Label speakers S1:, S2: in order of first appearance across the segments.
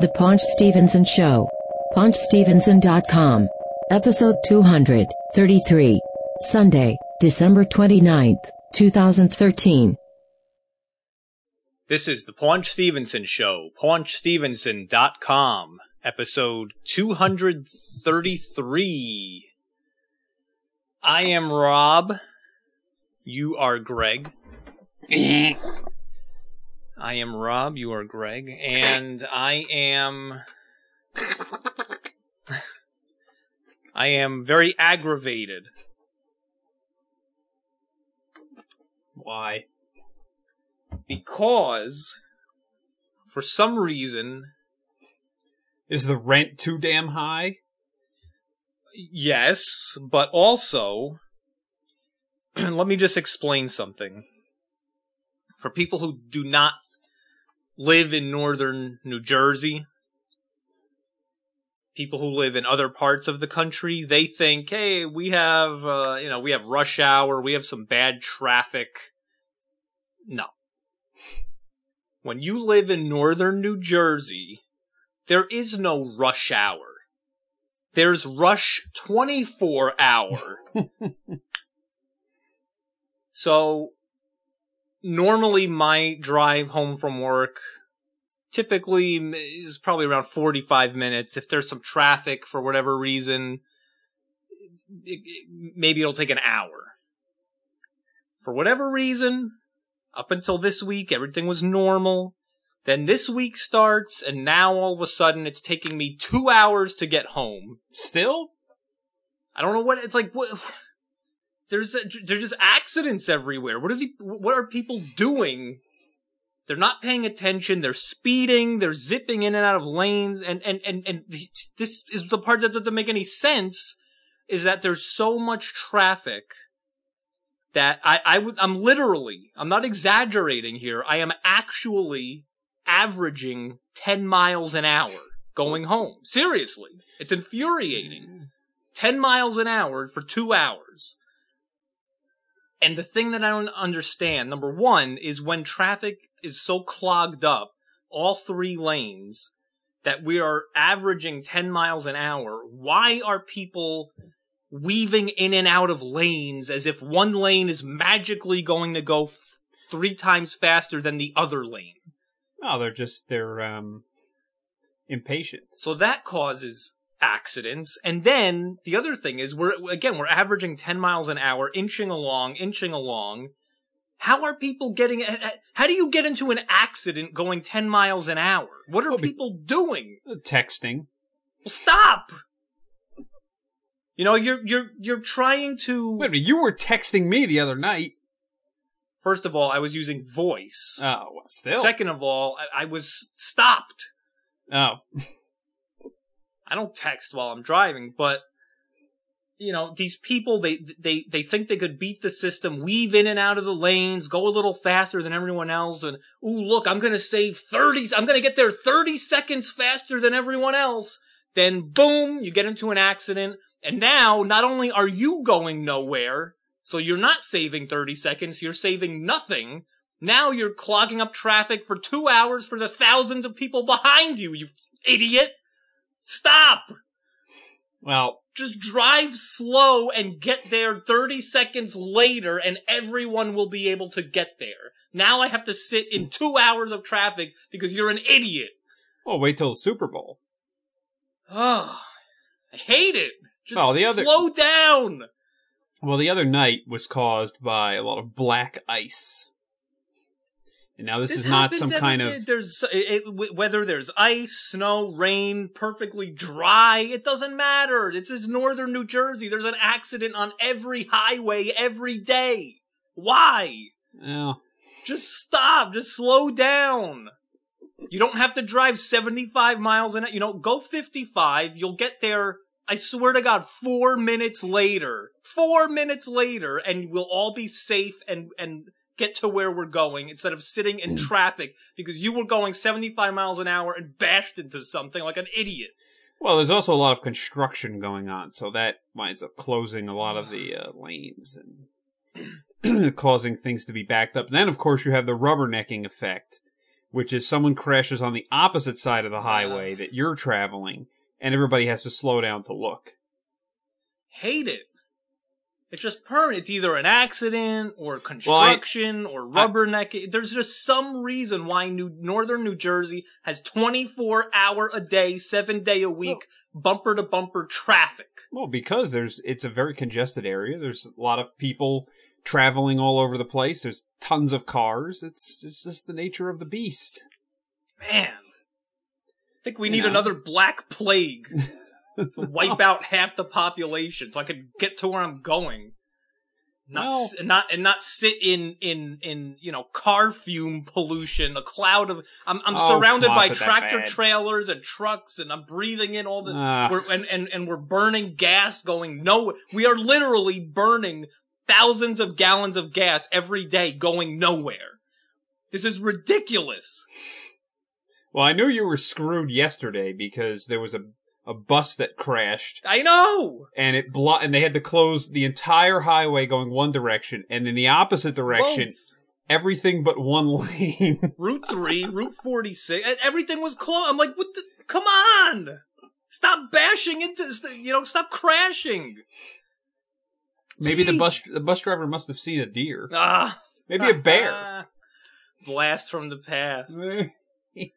S1: The Paunch Stevenson Show. PaunchStevenson.com. Episode 233. Sunday, December 29th, 2013.
S2: This is the Paunch Stevenson Show, paunchstevenson.com, episode 233. I am Rob. You are Greg. I am Rob. You are Greg. And I am. I am very aggravated. Why? Because, for some reason,
S3: Is the rent too damn high?
S2: Yes, but also, let me just explain something. For people who do not live in northern New Jersey, people who live in other parts of the country, they think, hey, we have, uh, you know, we have rush hour, we have some bad traffic. No. When you live in northern New Jersey, there is no rush hour there's rush 24 hour. so normally my drive home from work typically is probably around 45 minutes. If there's some traffic for whatever reason, it- it- maybe it'll take an hour. For whatever reason, up until this week, everything was normal. Then this week starts, and now all of a sudden it's taking me two hours to get home.
S3: Still?
S2: I don't know what it's like. What there's there's just accidents everywhere. What are the what are people doing? They're not paying attention. They're speeding. They're zipping in and out of lanes. And and and and this is the part that doesn't make any sense. Is that there's so much traffic that I I would I'm literally I'm not exaggerating here. I am actually averaging ten miles an hour going home. Seriously, it's infuriating. 10 miles an hour for two hours. And the thing that I don't understand, number one, is when traffic is so clogged up, all three lanes, that we are averaging 10 miles an hour, why are people weaving in and out of lanes as if one lane is magically going to go f- three times faster than the other lane?
S3: No, Oh, they're just they're um impatient.
S2: So that causes accidents. And then the other thing is we're again we're averaging 10 miles an hour, inching along, inching along. How are people getting how do you get into an accident going 10 miles an hour? What are
S3: Well, be-
S2: people doing?
S3: Uh, Texting.
S2: Well, stop. You know, you're you're you're trying to
S3: Wait a minute, you were texting me the other night.
S2: First of all, I was using voice.
S3: Oh, well, still.
S2: Second of all, I, I was stopped.
S3: oh,
S2: I don't text while I'm driving, but you know, these people they they they think they could beat the system, weave in and out of the lanes, go a little faster than everyone else and ooh, look, I'm going to save 30 I'm going to get there 30 seconds faster than everyone else. Then boom, you get into an accident and now not only are you going nowhere, so you're not saving 30 seconds, you're saving nothing. Now you're clogging up traffic for 2 hours for the thousands of people behind you, you idiot. Stop!
S3: well,
S2: Just drive slow and get there 30 seconds later, and everyone will be able to get there. Now I have to sit in two hours of traffic because you're an idiot.
S3: well, wait till the Super Bowl.
S2: Ugh. Ah, I hate it. Just
S3: Oh, the other-
S2: slow down.
S3: Well, the other night was caused by a lot of black ice. And now this, is not
S2: happens
S3: some
S2: every
S3: kind
S2: day.
S3: of
S2: There's it, it- wh- whether there's ice, snow, rain, perfectly dry. It doesn't matter. This is northern New Jersey. There's an accident on every highway every day. Why?
S3: oh,
S2: Just stop. Just slow down. You don't have to drive 75 miles an hour. You know, go 55. You'll get there, I swear to God, four minutes later. Four minutes later, and we'll all be safe and, and get to where we're going instead of sitting in traffic because you were going 75 miles an hour and bashed into something like an idiot.
S3: Well, there's also a lot of construction going on, so that winds up closing a lot of the uh, lanes and causing things to be backed up. then, of course, you have the rubbernecking effect, which is someone crashes on the opposite side of the highway that you're traveling, and everybody has to slow down to look.
S2: Hate it. It's just permanent. It's either an accident or construction or rubberneck. There's just some reason why New Northern New Jersey has 24 hour a day, seven day a week, bumper to bumper traffic.
S3: Well, because there's it's a very congested area. There's a lot of people traveling all over the place. There's tons of cars. It's it's just the nature of the beast.
S2: Man, I think we
S3: You
S2: need
S3: know.
S2: another black plague to wipe out half the population so I can get to where I'm going. Not
S3: Well-
S2: s- not and not sit in in in you know car fume pollution, a cloud of I'm I'm
S3: Oh,
S2: surrounded
S3: come on,
S2: by
S3: it's not that
S2: tractor
S3: bad.
S2: trailers and trucks and I'm breathing in all the
S3: Ah.
S2: we're, and, and and we're burning gas going nowhere. We are literally burning thousands of gallons of gas every day going nowhere. This is ridiculous.
S3: Well, I knew you were screwed yesterday because there was a a bus that crashed
S2: I know.
S3: and it blo- and they had to close the entire highway going one direction and in the opposite direction
S2: Both.
S3: everything but one lane.
S2: Route 3, Route 46, e- everything was closed. I'm like, what the? Come on! Stop bashing into, st- you know, stop crashing.
S3: Maybe the bus the bus driver must have seen a deer.
S2: Ah.
S3: Maybe a bear.
S2: Blast from the past.
S3: a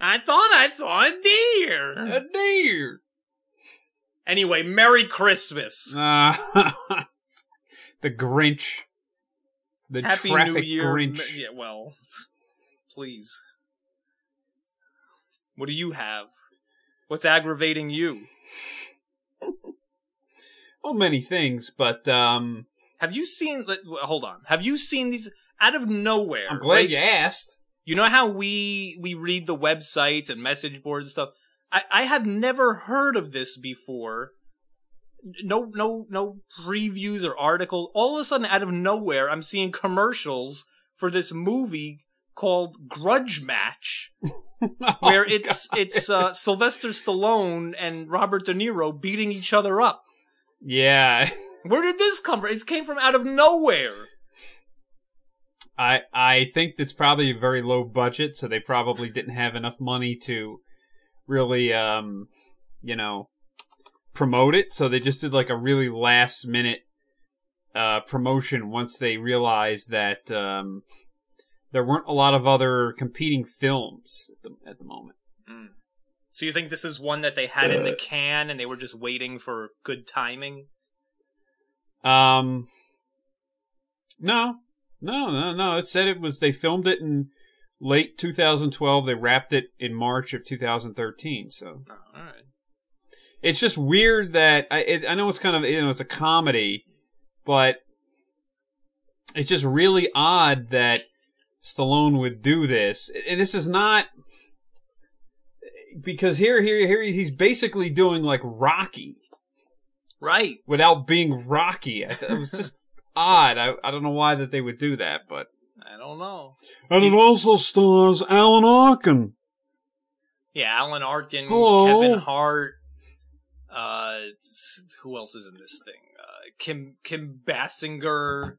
S2: I thought I saw a deer.
S3: deer.
S2: Anyway, Merry Christmas.
S3: Uh, Ah, the Grinch. The
S2: Happy
S3: traffic
S2: New Year.
S3: Grinch.
S2: Yeah, well, please. What do you have? What's aggravating you?
S3: Oh, many things, but um,
S2: Have you seen? let- w- Hold on. Have you seen these out of nowhere?
S3: I'm glad
S2: right?
S3: you asked.
S2: You know how we we read the websites and message boards and stuff. I I have never heard of this before. No no no previews or articles. All of a sudden, out of nowhere, I'm seeing commercials for this movie called Grudge Match,
S3: Oh
S2: where it's it's uh, Sylvester Stallone and Robert De Niro beating each other up.
S3: yeah,
S2: Where did this come from? It came from out of nowhere.
S3: I I think that's probably a very low budget, so they probably didn't have enough money to really um, you know, promote it. So they just did like a really last minute uh promotion once they realized that um there weren't a lot of other competing films at the, at the moment.
S2: So you think this is one that they had in the can and they were just waiting for good timing?
S3: Um, no, no, no, no. It said it was they filmed it in late 2012. They wrapped it in March of 2013. So
S2: Oh, all right.
S3: it's just weird that I it, I know it's kind of you know it's a comedy, but it's just really odd that Stallone would do this. And this is not because here here here he's basically doing like Rocky
S2: Right.
S3: without being Rocky. I th- it was just odd. I, I don't know why that they would do that, but
S2: I don't know.
S3: and
S2: it
S3: also stars Alan Arkin.
S2: Yeah, Alan Arkin,
S3: Hello.
S2: Kevin Hart. Uh, who else is in this thing? Uh, Kim Kim Bassinger.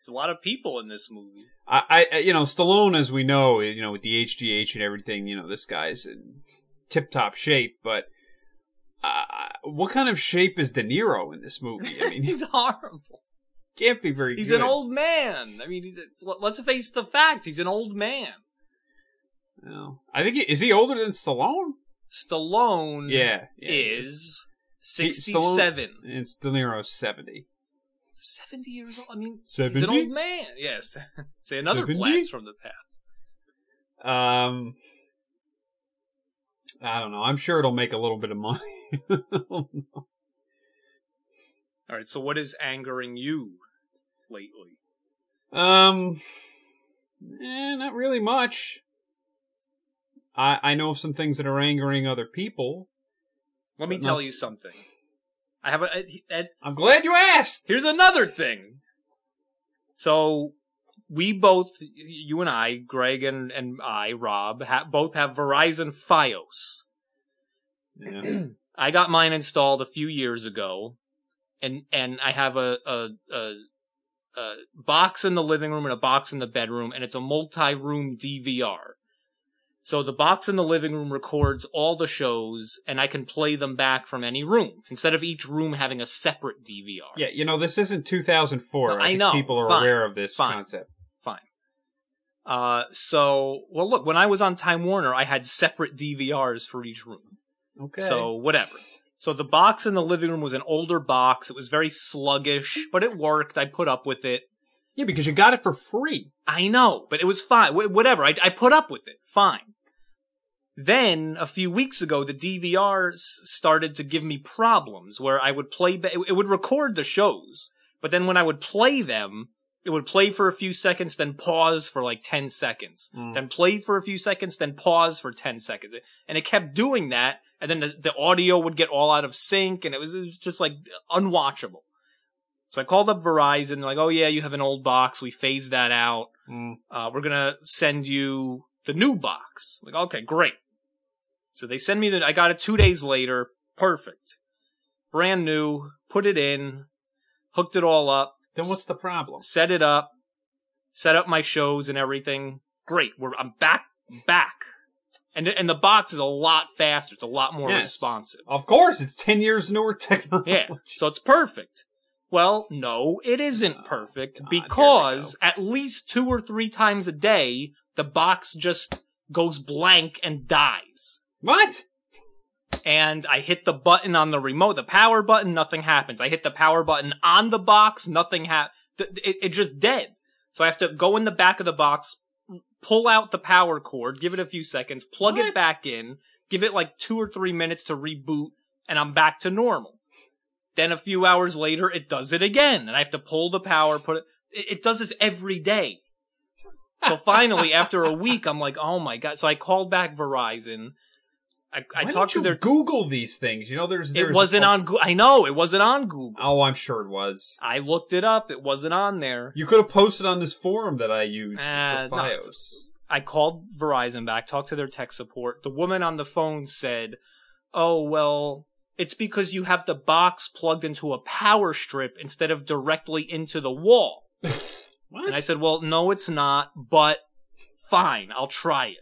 S2: It's a lot of people in this movie.
S3: I, I you know Stallone, as we know, you know with the HGH and everything, you know this guy's in tip top shape. But uh, what kind of shape is De Niro in this movie? I mean, he
S2: he's horrible.
S3: can't be very.
S2: He's
S3: good.
S2: an old man. I mean, he's- let's face the fact. He's an old man.
S3: No. I think he, is he older than Stallone?
S2: Stallone
S3: Yeah, yeah.
S2: is
S3: He- Stallone-
S2: 67.
S3: and De Niro's seventy.
S2: 70 years old. I mean, he's
S3: 70?
S2: an old man. Yes. Say another
S3: 70?
S2: blast from the past.
S3: Um, I don't know. I'm sure it'll make a little bit of money.
S2: All right, so what is angering you lately?
S3: um, eh, not really much. I I know of some things that are angering other people.
S2: Let me
S3: Not
S2: tell
S3: s-
S2: you something. I have a, a, a
S3: I'm glad you asked.
S2: here's another thing. So we both, y- you and I, Greg and and I, Rob, ha- both have Verizon FiOS.
S3: Yeah.
S2: I got mine installed a few years ago, and and I have a a a, a box in the living room and a box in the bedroom, and it's a multi-room DVR. So the box in the living room records all the shows, and I can play them back from any room instead of each room having a separate DVR.
S3: Yeah, you know, this isn't 2004.
S2: No, I
S3: think
S2: know.
S3: People are
S2: Fine.
S3: aware of this
S2: Fine.
S3: concept.
S2: Uh, so well, look, when I was on Time Warner, I had separate DVRs for each room.
S3: Okay.
S2: So whatever. So the box in the living room was an older box. It was very sluggish, but it worked. I put up with it.
S3: yeah, because you got it for free.
S2: I know, but it was fine. Wh- whatever. I, I put up with it. Fine. Then a few weeks ago, the DVR s- started to give me problems where I would play, ba- it it would record the shows, but then when I would play them, it would play for a few seconds, then pause for like 10 seconds,
S3: Mm.
S2: then play for a few seconds, then pause for 10 seconds. And it kept doing that. And then the, the audio would get all out of sync and it was, it was just like unwatchable. So I called up Verizon, they're like, oh yeah, you have an old box. We phased that out
S3: Mm.
S2: uh, we're gonna send you the new box. Like, okay, great. So they send me the, I got it two days later. Perfect. Brand new, put it in, hooked it all up,
S3: Then what's the problem?
S2: set it up, set up my shows and everything. Great. We're, I'm back, back. And, and the box is a lot faster. It's a lot more
S3: Yes.
S2: responsive.
S3: Of course, it's 10 years newer technology.
S2: Yeah. So it's perfect. Well, no, it isn't perfect
S3: Oh, God, here we
S2: because at least two or three times a day, the box just goes blank and dies.
S3: What?
S2: And I hit the button on the remote, the power button, nothing happens. I hit the power button on the box, nothing happens. It, it just dead. So I have to go in the back of the box, pull out the power cord, give it a few seconds, plug it
S3: What?
S2: back in, give it like two or three minutes to reboot, and I'm back to normal. Then a few hours later, it does it again, and I have to pull the power, put it. It, it does this every day. So finally, after a week, I'm like, oh my god. So I called back Verizon. I, I
S3: Why
S2: talked to
S3: don't you
S2: their.
S3: Google these things. You know, there's. there's
S2: It wasn't on. Goo- I know it wasn't on Google.
S3: Oh, I'm sure it was.
S2: I looked it up. It wasn't on there.
S3: You could have posted on this forum that I use
S2: Uh,
S3: for
S2: no,
S3: FiOS.
S2: I called Verizon back, talked to their tech support. The woman on the phone said, "Oh well, it's because you have the box plugged into a power strip instead of directly into the wall."
S3: what?
S2: And I said, "Well, no, it's not, but fine, I'll try it."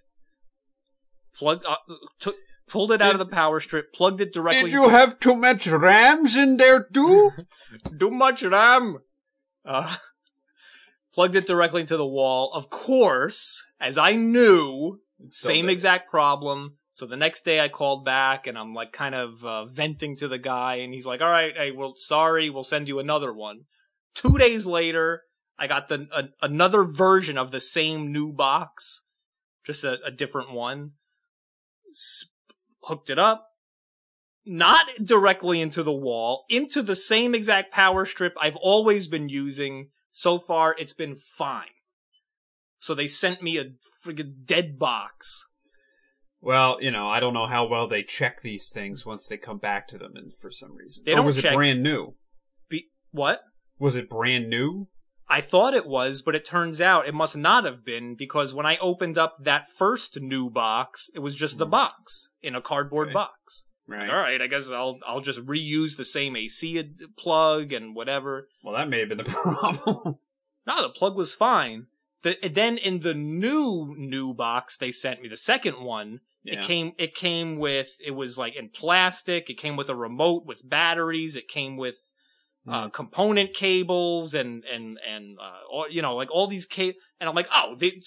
S2: Plug, uh, took, pulled it out of the power strip, plugged it directly. into
S3: have too much RAMs in there too?
S2: too much RAM. Uh, plugged it directly into the wall. Of course, as I knew, same
S3: there.
S2: exact problem. So the next day I called back and I'm like kind of uh, venting to the guy and he's like, all right, hey, well, sorry, we'll send you another one. Two days later, I got the a, another version of the same new box, just a, a different one. S- hooked it up, not directly into the wall, into the same exact power strip I've always been using. So far, it's been fine. So they sent me a friggin' dead box.
S3: Well, you know, I don't know how well they check these things once they come back to them, and for some reason,
S2: They
S3: Or
S2: don't
S3: was
S2: check-
S3: it brand new?
S2: Be- what?
S3: Was it brand new?
S2: I thought it was, but it turns out it must not have been because when I opened up that first new box, it was just the box in a cardboard
S3: Okay.
S2: box.
S3: Right.
S2: All right, I guess I'll I'll just reuse the same AC ad- plug and whatever.
S3: Well, that may have been the problem.
S2: No, the plug was fine. The, then in the new new box they sent me, the second one,
S3: yeah.
S2: It came it came with it was like in plastic, it came with a remote with batteries, it came with uh, component cables and and and uh, all, you know like all these ca- and I'm like, "Oh, they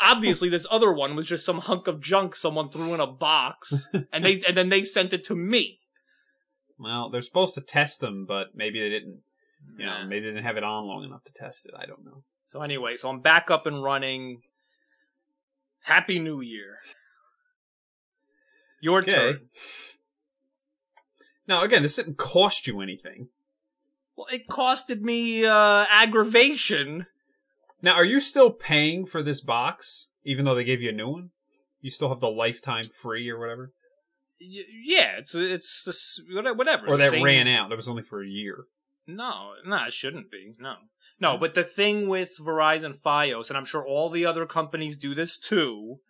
S2: obviously this other one was just some hunk of junk someone threw in a box and they and then they sent it to me."
S3: Well, they're supposed to test them, but maybe they didn't. You know,
S2: Yeah.
S3: maybe they didn't have it on long enough to test it. I don't know.
S2: So anyway, so I'm back up and running. Happy New Year. Your turn.
S3: Now, again, this didn't cost you anything.
S2: Well, it costed me uh aggravation.
S3: Now, are you still paying for this box, even though they gave you a new one? You still have the lifetime free or whatever,
S2: Y- yeah, it's it's the s- whate- whatever.
S3: or
S2: the
S3: that
S2: same-
S3: ran out. That was only for a year.
S2: No, no, it shouldn't be. No, no. But the thing with Verizon FiOS, and I'm sure all the other companies do this too,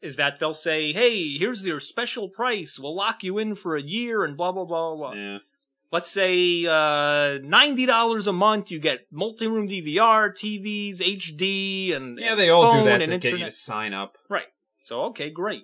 S2: is that they'll say, "Hey, here's your special price. We'll lock you in for a year," and blah blah blah blah.
S3: Yeah.
S2: let's say uh, ninety dollars a month, you get multi-room DVR, TVs, HD, and
S3: Yeah, they all do
S2: phone
S3: that to
S2: and
S3: get you
S2: internet.
S3: to sign up.
S2: So okay, great.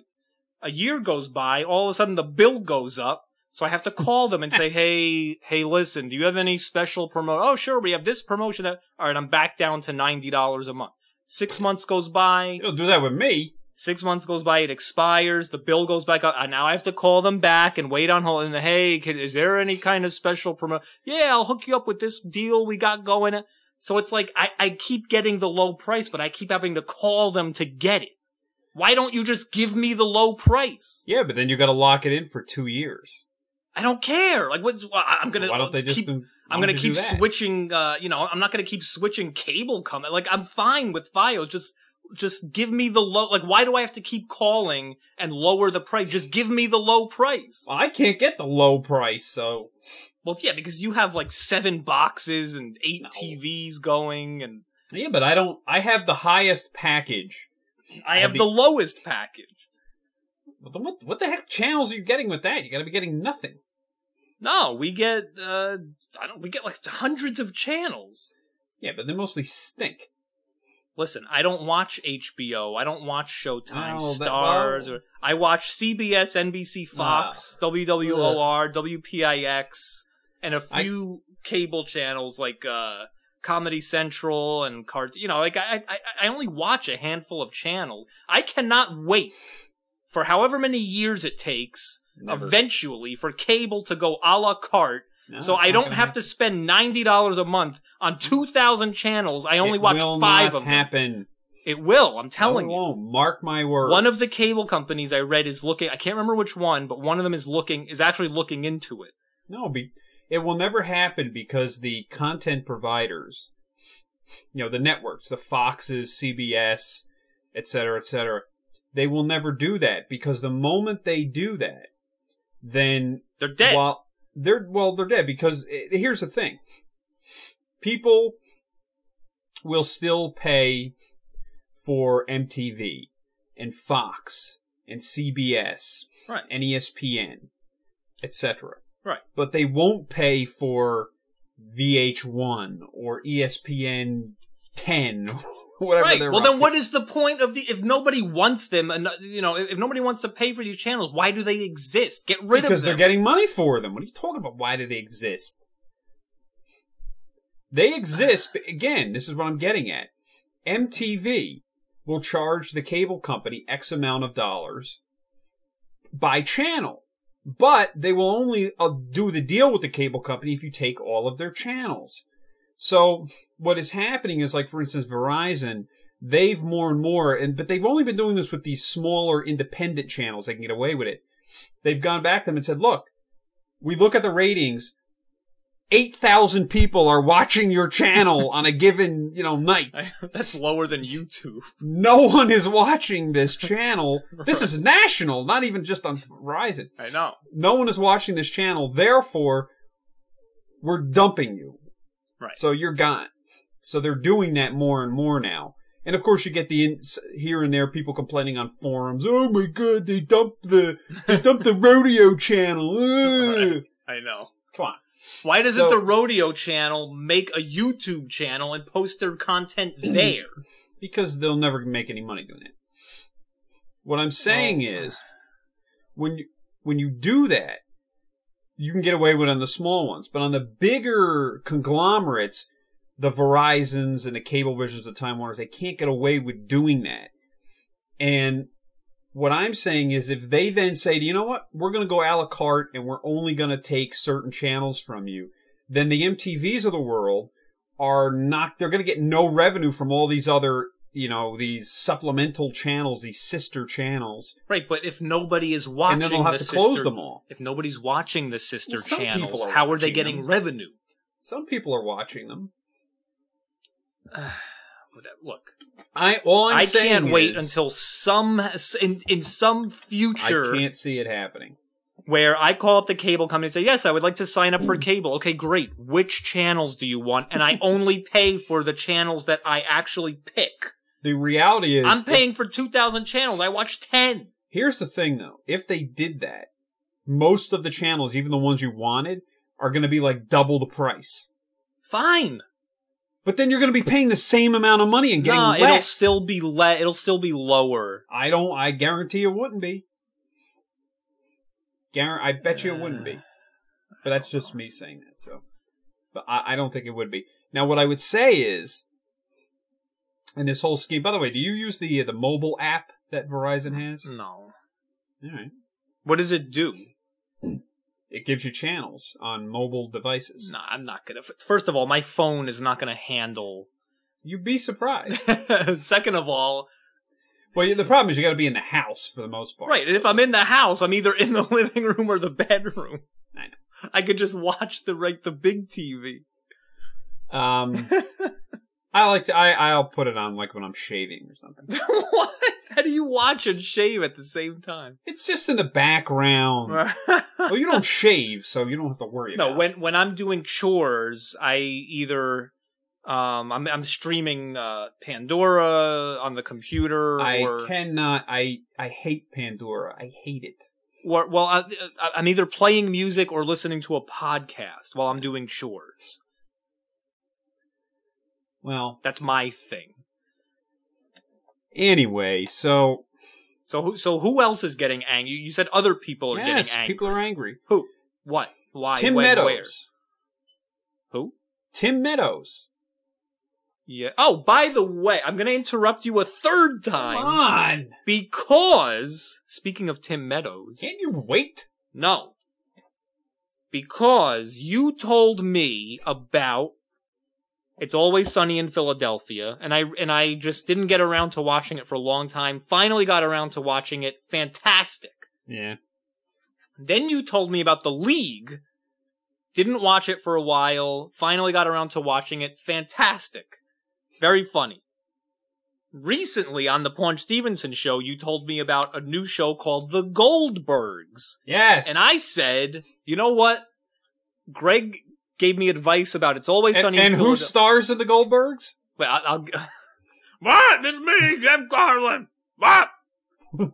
S2: A year goes by, all of a sudden the bill goes up. So I have to call them and say, "Hey, hey, listen, do you have any special promo? Oh, sure, we have this promotion. That all right, I'm back down to ninety dollars a month. Six months goes by.
S3: It'll do that with me.
S2: Six months goes by. It expires. The bill goes back up. And now I have to call them back and wait on hold. And hey, can, is there any kind of special promo? Yeah, I'll hook you up with this deal we got going. So it's like I, I keep getting the low price, but I keep having to call them to get it. Why don't you just give me the low price?
S3: Yeah, but then you got to lock it in for two years.
S2: I don't care. Like what? I- I'm gonna.
S3: Why don't they just?
S2: keep-
S3: why
S2: I'm
S3: don't
S2: gonna
S3: they do
S2: keep
S3: that?
S2: switching. Uh, you know, I'm not gonna keep switching cable company. Like I'm fine with FiOS. Just, just give me the low. Like why do I have to keep calling and lower the price? Just give me the low price.
S3: Well, I can't get the low price, so
S2: Well, yeah, because you have like seven boxes and eight
S3: No.
S2: TVs going, and
S3: yeah. But I don't. I have the highest package.
S2: I
S3: I'd
S2: have
S3: be-
S2: the lowest package.
S3: But then What what the heck channels are you getting with that? You got to be getting nothing.
S2: No, we get. uh I don't. We get like hundreds of channels.
S3: Yeah, but they mostly stink.
S2: Listen, I don't watch HBO. I don't watch Showtime,
S3: No, but-
S2: Stars,
S3: well-
S2: or I watch CBS, NBC, Fox, WWOR, WPIX, and a
S3: I-
S2: few cable channels like uh, Comedy Central and Cart. You know, like I, I, I only watch a handful of channels. I cannot wait for however many years it takes,
S3: Never.
S2: eventually, for cable to go a la carte.
S3: No,
S2: so
S3: it's
S2: I
S3: not
S2: don't
S3: gonna
S2: have to spend ninety dollars a month on two thousand channels. I
S3: happen.
S2: only
S3: it
S2: watch
S3: will
S2: five
S3: not
S2: of them.
S3: Happen.
S2: It will. I'm
S3: no,
S2: telling
S3: it
S2: you.
S3: won't. Mark my Oh, words.
S2: One of the cable companies I read is looking. I can't remember which one, but one of them is looking is actually looking into it.
S3: No, be, it will never happen because the content providers, you know, the networks, the Foxes, CBS, et cetera, et cetera, they will never do that because the moment they do that, then
S2: They're dead.
S3: while they're well, they're dead because eh, here's the thing: people will still pay for MTV and Fox and CBS
S2: right.
S3: and E ESPN, etc.
S2: Right.
S3: But they won't pay for VH1 or E ESPN 10, whatever
S2: Right.
S3: they're
S2: Well,
S3: up
S2: then
S3: to.
S2: what is the point of the if nobody wants them? And you know, if, if nobody wants to pay for these channels, why do they exist? Get rid
S3: because
S2: of
S3: they're
S2: them.
S3: getting money for them. What are you talking about? Why do they exist? They exist. But again, this is what I'm getting at. MTV will charge the cable company X amount of dollars by channel, but they will only uh, do the deal with the cable company if you take all of their channels. So what is happening is like, for instance, Verizon, they've more and more, and, but they've only been doing this with these smaller independent channels. They can get away with it they've gone back to them and said, look, we look at the ratings. 8,000 people are watching your channel on a given, you know, night.
S2: That's lower than YouTube.
S3: No one is watching this channel. This is national, not even just on Verizon.
S2: I know.
S3: No one is watching this channel. Therefore, we're dumping you.
S2: Right.
S3: So you're gone. So they're doing that more and more now. And of course, you get the ins- here and there people complaining on forums. Oh my god, they dumped the they dumped the rodeo channel. Ugh."
S2: Right. I know.
S3: Come on.
S2: Why doesn't
S3: So-
S2: the Rodeo Channel make a YouTube channel and post their content there?
S3: Because they'll never make any money doing it. What I'm saying is, when you, when you do that, you can get away with it on the small ones, but on the bigger conglomerates, the Verizons and the Cablevisions, the Time Warners, they can't get away with doing that. And what I'm saying is, if they then say, you know what, we're going to go a la carte and we're only going to take certain channels from you, then the MTVs of the world are not they're going to get no revenue from all these other you know these supplemental channels these sister channels
S2: Right, but if nobody is watching,
S3: and then they'll have
S2: the
S3: to
S2: sister,
S3: close them all
S2: If nobody's watching the sister
S3: Well, some people
S2: channels,
S3: are
S2: how are they
S3: watching
S2: getting
S3: them.
S2: revenue?
S3: some people are watching them
S2: Whatever. Look,
S3: i all I'm
S2: I
S3: saying
S2: can't wait
S3: is,
S2: until some in in some future
S3: i can't see it happening
S2: where I call up the cable company and say, "Yes, I would like to sign up for cable." Okay, great. Which channels do you want? And I only pay for the channels that I actually pick.
S3: the reality is
S2: I'm
S3: that-
S2: paying for two thousand channels. I watch ten.
S3: Here's the thing though. If they did that, most of the channels, even the ones you wanted, are going to be like double the price.
S2: Fine.
S3: But then you're going to be paying the same amount of money and getting
S2: No, it'll
S3: less.
S2: still be le- it'll still be lower.
S3: I don't. I guarantee it wouldn't be. Guar- I bet you it wouldn't be. But that's just me saying that. So, but I, I don't think it would be. Now, what I would say is, in this whole scheme. By the way, do you use the the mobile app that Verizon has?
S2: No.
S3: All right.
S2: What does it do?
S3: It gives you channels on mobile devices.
S2: No, I'm not gonna. First of all, my phone is not gonna handle.
S3: You'd be surprised.
S2: Second of all,
S3: well, the problem is you got to be in the house for the most part.
S2: right? And if I'm in the house, I'm either in the living room or the bedroom.
S3: I
S2: I could just watch the like the big TV.
S3: um, I like to. I I'll put it on like when I'm shaving or something.
S2: what? How do you watch and shave at the same time?
S3: It's just in the background. well, you don't shave, so you don't have to worry.
S2: no,
S3: about
S2: when when I'm doing chores, I either um I'm I'm streaming uh Pandora on the computer
S3: it. I
S2: or,
S3: cannot. I I hate Pandora. I hate it.
S2: or well I, I- I'm either playing music or listening to a podcast while I'm doing chores.
S3: Well,
S2: That's my thing.
S3: anyway, so
S2: So who so who else is getting angry? You said other people are
S3: yes,
S2: getting angry.
S3: people are angry.
S2: Who? What? Why?
S3: Tim
S2: when,
S3: Meadows.
S2: Where? Who?
S3: Tim Meadows.
S2: Yeah. Oh, by the way, I'm going to interrupt you a third time.
S3: Come on,
S2: Because, speaking of Tim Meadows,
S3: can you wait?
S2: no. Because you told me about It's Always Sunny in Philadelphia, and I, and I just didn't get around to watching it for a long time. Finally got around to watching it. Fantastic.
S3: Yeah.
S2: Then you told me about The League. Didn't watch it for a while. Finally got around to watching it. Fantastic. Very funny. Recently on the Paunch Stevenson show, you told me about a new show called The Goldbergs.
S3: Yes.
S2: And I said, you know what? Greg gave me advice about It's Always
S3: and,
S2: Sunny. in
S3: and who
S2: Philadelphia."
S3: stars in the Goldbergs?
S2: Wait, I- I'll. What? It's me, Jim Carlin. What?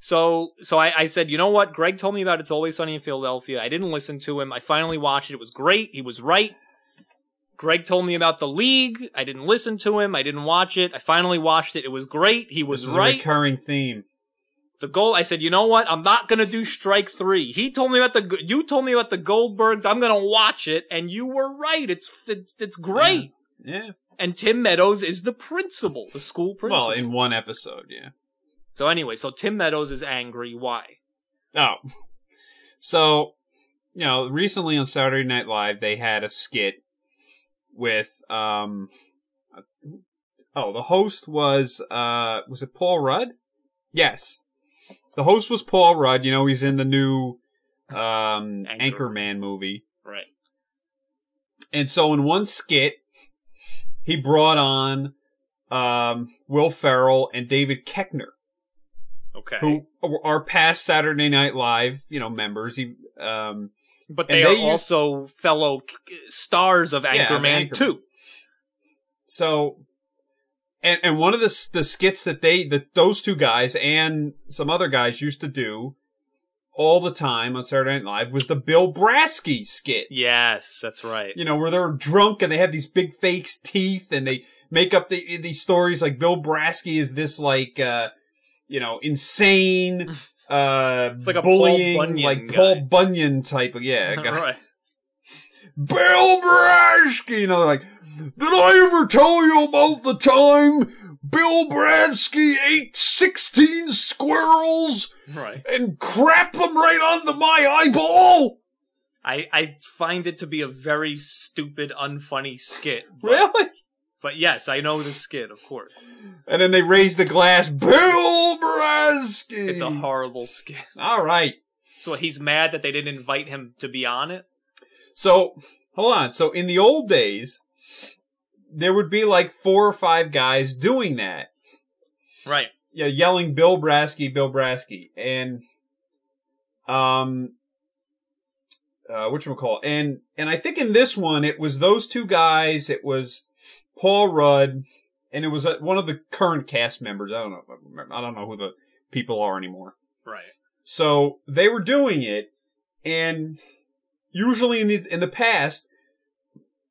S2: so, so I, I said, you know what? Greg told me about It's Always Sunny in Philadelphia. I didn't listen to him. I finally watched it. It was great. He was right. Greg told me about the league. I didn't listen to him. I didn't watch it. I finally watched it. It was great. He was
S3: this is
S2: right.
S3: a recurring theme.
S2: the goal. I said, you know what? I'm not gonna do Strike Three. He told me about the. Go- You told me about the Goldbergs. I'm gonna watch it, and you were right. It's it's, it's great.
S3: Yeah.
S2: And Tim Meadows is the principal, the school principal.
S3: Well, in one episode, yeah.
S2: so anyway, so Tim Meadows is angry. Why?
S3: Oh. So, you know, recently on Saturday Night Live, they had a skit with, um, oh, the host was, uh, was it Paul Rudd? Yes. The host was Paul Rudd. You know, he's in the new, um,
S2: Anchor-
S3: Anchorman movie.
S2: Right.
S3: And so in one skit, he brought on, um, Will Ferrell and David Keckner.
S2: Okay.
S3: who are past Saturday Night Live, you know, members. He, um,
S2: but
S3: and
S2: they,
S3: they
S2: are
S3: used-
S2: also fellow k- stars of
S3: Yeah, of
S2: Anchorman
S3: Anchorman.
S2: 2.
S3: so, and and one of the s- the skits that they that those two guys and some other guys used to do all the time on Saturday Night Live was the Bill Brasky skit.
S2: Yes, that's right.
S3: You know, where they're drunk and they have these big fake teeth and they make up the, these stories like Bill Brasky is this like, uh, you know, insane, uh,
S2: It's like a Paul
S3: bullying,
S2: Bunyan
S3: like
S2: guy.
S3: Paul Bunyan type of, yeah, guy.
S2: right.
S3: Bill Brasky. You know, like, did I ever tell you about the time Bill Brasky ate 16 squirrels
S2: Right.
S3: and crapped them right onto my eyeball?
S2: I, I find it to be a very stupid, unfunny skit. But,
S3: Really?
S2: But yes, I know the skit, of course.
S3: And then they raised the glass. Bill Brasky.
S2: It's a horrible skit.
S3: All right.
S2: So he's mad that they didn't invite him to be on it?
S3: So, hold on. So, in the old days, there would be like four or five guys doing that.
S2: Right.
S3: you know, yelling Bill Brasky, Bill Brasky, and um, uh, which call and and I think in this one it was those two guys. It was Paul Rudd, and it was uh, one of the current cast members. I don't know. if I remember. I don't know who the people are anymore.
S2: Right.
S3: So they were doing it, and usually in the in the past,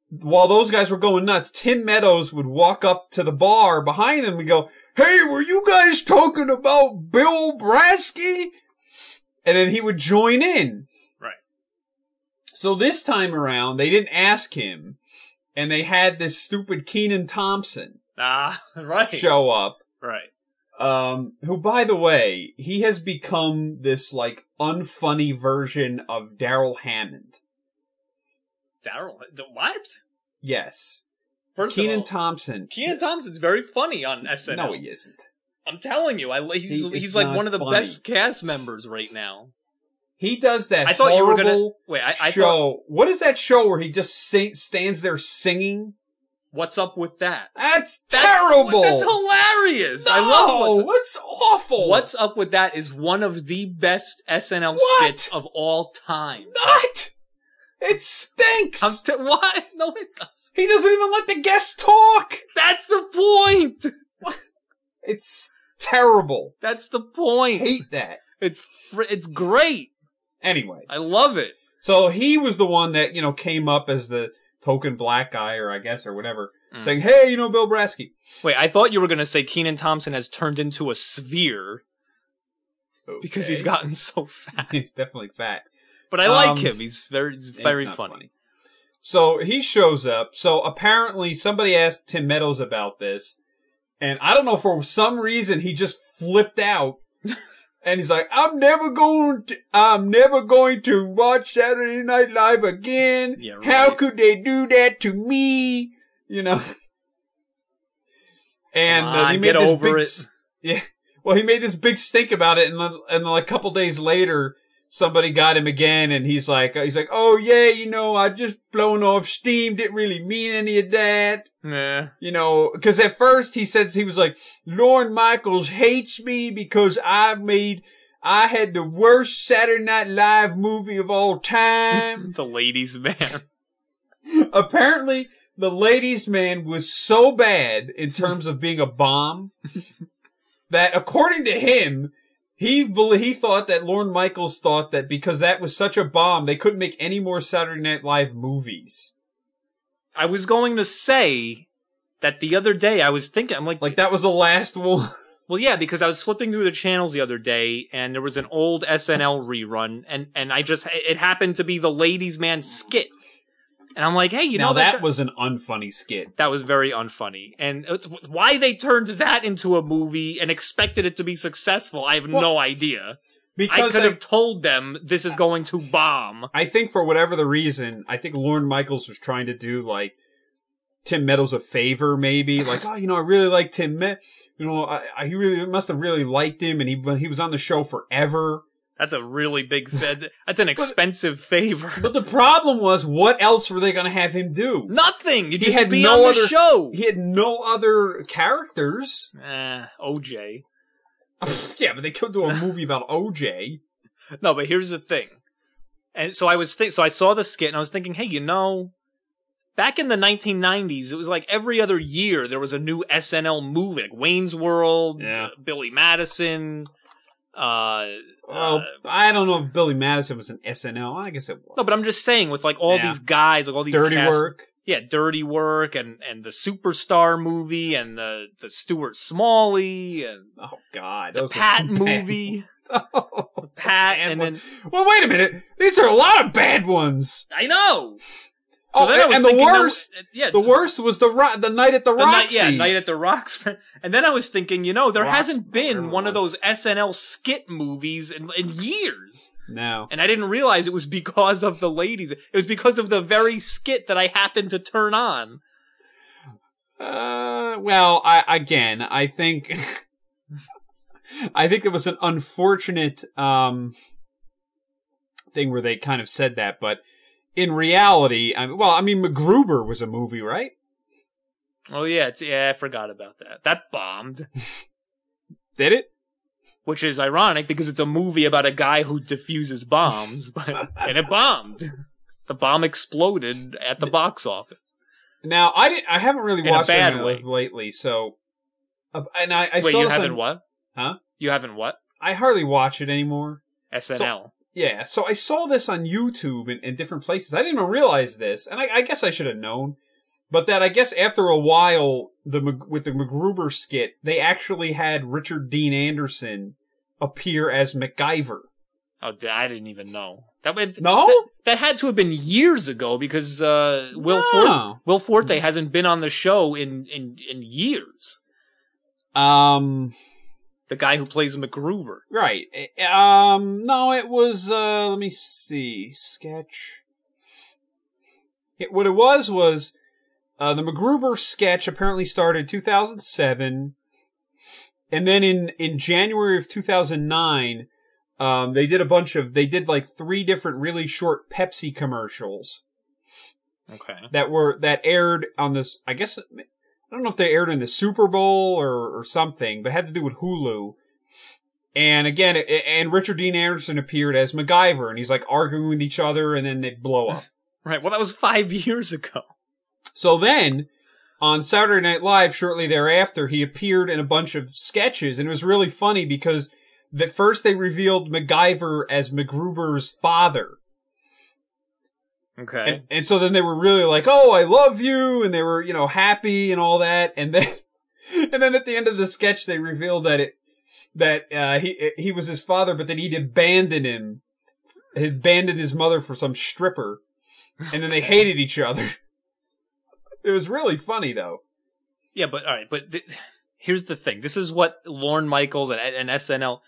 S3: while those guys were going nuts, Tim Meadows would walk up to the bar behind them and go, "Hey, were you guys talking about Bill Brasky?" And then he would join in.
S2: Right.
S3: So this time around, they didn't ask him, and they had this stupid Keenan Thompson
S2: Ah, right.
S3: show up.
S2: Right.
S3: Um, who, by the way, he has become this like unfunny version of Daryl Hammond.
S2: Daryl, the- what?
S3: Yes,
S2: First
S3: Keenan
S2: of all,
S3: Thompson.
S2: Keenan Thompson's very funny on SNL.
S3: No, he isn't.
S2: I'm telling you, I he's
S3: He-
S2: he's
S3: it's
S2: like
S3: not
S2: one of the
S3: funny.
S2: best cast members right now.
S3: He does that
S2: I thought you were gonna
S3: horrible
S2: wait. I, I
S3: show.
S2: thought,
S3: What is that show where he just sing- stands there singing?
S2: what's up with that?
S3: That's,
S2: That's-
S3: terrible.
S2: That's hilarious.
S3: no,
S2: I love what's,
S3: that's awful.
S2: what's up with that is one of the best SNL
S3: What?
S2: skits of all time.
S3: not? It stinks.
S2: I'm t- what? No, it does.
S3: he doesn't even let the guests talk.
S2: That's the point.
S3: It's terrible.
S2: That's the point.
S3: Hate that.
S2: It's fr- it's great.
S3: Anyway.
S2: I love it.
S3: So he was the one that, you know, came up as the token black guy or I guess or whatever,
S2: Mm.
S3: saying, Hey, you know Bill Brasky.
S2: Wait, I thought you were gonna say Keenan Thompson has turned into a sphere because he's
S3: Okay.
S2: gotten so fat.
S3: he's definitely fat.
S2: But I like
S3: Um,
S2: him. He's very he's
S3: It's
S2: very
S3: not
S2: funny.
S3: So he shows up. So apparently somebody asked Tim Meadows about this. And I don't know, for some reason he just flipped out. And he's like, I'm never going to, I'm never going to watch Saturday Night Live again.
S2: Yeah,
S3: How
S2: right.
S3: could they do that to me? You know? And
S2: Come
S3: uh, he
S2: on,
S3: made
S2: get
S3: this
S2: over
S3: big,
S2: it.
S3: s- yeah. Well, he made this big stink about it. And then, and then a couple days later, somebody got him again. And he's like, he's like, oh yeah, you know, I just blown off steam. Didn't really mean any of that
S2: Nah.
S3: you know, because at first he says he was like, Lauren Michaels hates me because I made, I had the worst Saturday Night Live movie of all time.
S2: the ladies' man.
S3: Apparently, The Ladies Man was so bad in terms of being a bomb that, according to him, he bel- he thought that Lauren Michaels thought that because that was such a bomb, they couldn't make any more Saturday Night Live movies.
S2: I was going to say that the other day I was thinking, I'm like,
S3: Like that was the last one.
S2: well, yeah, because I was flipping through the channels the other day and there was an old SNL rerun and, and I just, it happened to be the ladies' man skit. And I'm like, hey, you
S3: now
S2: know,
S3: that
S2: that,
S3: was an unfunny skit.
S2: that was very unfunny. And it's, why they turned that into a movie and expected it to be successful, I have
S3: Well,
S2: no idea. I
S3: Because
S2: could have told them this is going to bomb.
S3: I think for whatever the reason, I think Lorne Michaels was trying to do like Tim Meadows a favor, maybe like, oh, you know, I really like Tim. Me- you know, I, I he really must have really liked him, and he when he was on the show forever.
S2: That's a really big, fa- that's an expensive favor.
S3: But the problem was, what else were they going to have him do?
S2: Nothing. He
S3: had
S2: had be
S3: no
S2: on
S3: other-
S2: the show.
S3: He had no other characters.
S2: Eh, OJ.
S3: yeah, but they could do a movie about OJ.
S2: No, but here's the thing. And so I was think so I saw the skit and I was thinking, hey, you know, back in the 1990s, it was like every other year there was a new SNL movie, like Wayne's World, uh,
S3: Yeah.
S2: Billy Madison. Uh,
S3: Well, I don't know if Billy Madison was an SNL. I guess it was.
S2: no, but I'm just saying with like all
S3: Yeah.
S2: these guys, like all these
S3: dirty
S2: cast-
S3: work.
S2: yeah, Dirty Work and and the Superstar movie and the the Stuart Smalley and
S3: Oh God,
S2: the
S3: those are
S2: Pat
S3: some bad Oh,
S2: movie.
S3: ones.
S2: Pat
S3: Bad
S2: and
S3: ones.
S2: then
S3: Well, wait a minute. These are a lot of bad ones.
S2: I know. So
S3: Oh,
S2: then I was
S3: and the
S2: thinking that-
S3: worst,
S2: yeah,
S3: the worst was the ro- the night at the,
S2: the night,
S3: Roxy.
S2: yeah, night at the Rocks. And then I was thinking, you know, there
S3: Roxy,
S2: hasn't been
S3: whatever
S2: one
S3: it
S2: of those SNL skit movies in, in years,
S3: no.
S2: and I didn't realize it was because of the ladies. It was because of the very skit that I happened to turn on.
S3: Uh, well, I again, I think, I think it was an unfortunate um thing where they kind of said that, but in reality, I well, I mean, MacGruber was a movie, right?
S2: Oh yeah, it's, yeah, I forgot about that. That bombed,
S3: Did it?
S2: which is ironic because it's a movie about a guy who defuses bombs, but and it bombed. The bomb exploded at the box office.
S3: Now, I didn't. I haven't really
S2: In a
S3: watched
S2: bad
S3: it
S2: way.
S3: lately, so. Uh, and I, I
S2: Wait,
S3: saw
S2: you
S3: this on-
S2: haven't what?
S3: Huh?
S2: You haven't what?
S3: I hardly watch it anymore.
S2: SNL.
S3: Yeah, so I saw this on YouTube and, and different places. I didn't even realize this, and I, I guess I should have known. But that I guess after a while, the Mag- with the MacGruber skit, they actually had Richard Dean Anderson appear as MacGyver.
S2: Oh, d- I didn't even know. That would-
S3: No?
S2: that, that had to have been years ago because uh, Will
S3: No.
S2: Forte, Will Forte hasn't been on the show in in in years.
S3: Um,
S2: The guy who plays MacGruber.
S3: right. Eh, Um, no, it was. Uh, let me see. Sketch. It, what it was was uh, the MacGruber sketch apparently started 2007, and then in in January of 2009, um, they did a bunch of they did like three different really short Pepsi commercials
S2: Okay.
S3: that were that aired on this. I guess I don't know if they aired in the Super Bowl or or something, but it had to do with Hulu. And again, it, and Richard Dean Anderson appeared as MacGyver, and he's like arguing with each other, and then they blow up.
S2: Right. Well, that was five years ago.
S3: So then, on Saturday Night Live, shortly thereafter, he appeared in a bunch of sketches, and it was really funny because at first they revealed MacGyver as MacGruber's father.
S2: Okay.
S3: And, and so then they were really like, "Oh, I love you," and they were, you know, happy and all that. And then, and then at the end of the sketch, they revealed that it that uh, he he was his father, but that he'd abandoned him, had abandoned his mother for some stripper, and then they hated each other. It was really funny though.
S2: Yeah, but all right, but th- here's the thing. This is what Lorne Michaels and, and SNL.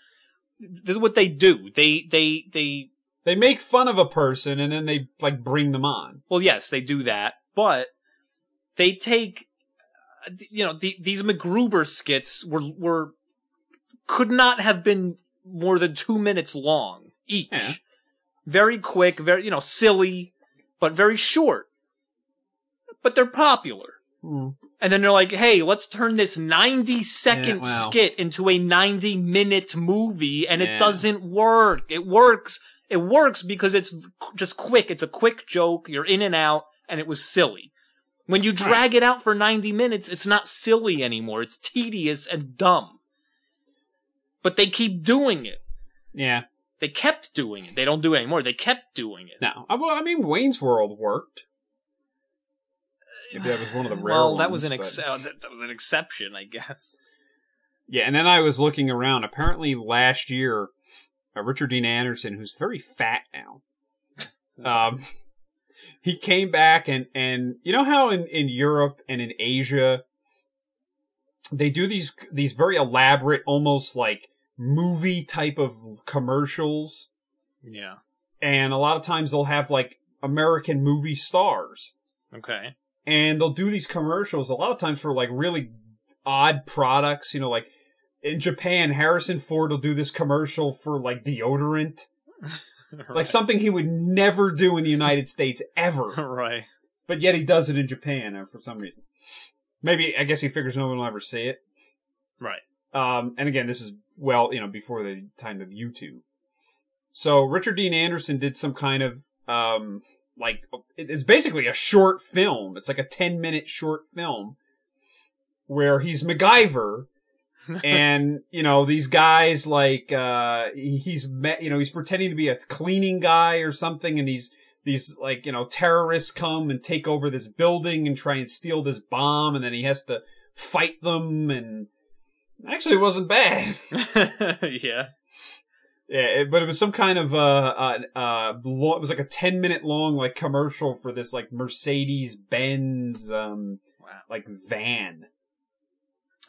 S2: This is what they do. They they they.
S3: They make fun of a person and then they like bring them on.
S2: Well, yes, they do that, but they take. uh, You know, the, these MacGruber skits were were could not have been more than two minutes long each.
S3: Yeah.
S2: Very quick, very you know silly, but very short. But they're popular. And then they're like, hey, let's turn this 90 second
S3: Yeah, wow.
S2: skit into a 90 minute movie. And
S3: Yeah.
S2: it doesn't work. It works. It works because it's just quick. It's a quick joke. You're in and out and it was silly. When you drag it out for 90 minutes, it's not silly anymore. It's tedious and dumb. But they keep doing it.
S3: Yeah.
S2: They kept doing it. They don't do it anymore. They kept doing it.
S3: No. I- Well, I mean, Wayne's World worked. Maybe that was one of the rare.
S2: well, that was
S3: ones,
S2: an
S3: but-
S2: ex- uh, that, that was an exception, I guess.
S3: Yeah, and then I was looking around. Apparently, last year, uh, Richard Dean Anderson, who's very fat now, um, he came back and and you know how in in Europe and in Asia they do these these very elaborate, almost like movie type of commercials,
S2: Yeah.
S3: and a lot of times they'll have like American movie stars
S2: Okay.
S3: and they'll do these commercials a lot of times for like really odd products. You know, like in Japan, Harrison Ford will do this commercial for like deodorant, like something he would never do in the United States ever,
S2: right.
S3: but yet he does it in Japan uh, for some reason. Maybe I guess he figures no one will ever see it.
S2: Right.
S3: Um, and again, this is well, you know, before the time of YouTube. So Richard Dean Anderson did some kind of um, like it- it's basically a short film. It's like a ten minute short film where he's MacGyver, and you know these guys like uh, he- he's met, you know, he's pretending to be a cleaning guy or something, and these these like you know terrorists come and take over this building and try and steal this bomb, and then he has to fight them and Actually, it wasn't bad.
S2: yeah.
S3: yeah, it- but it was some kind of uh, uh, uh lo- it was like a ten minute long like commercial for this like Mercedes Benz um
S2: Wow.
S3: like van.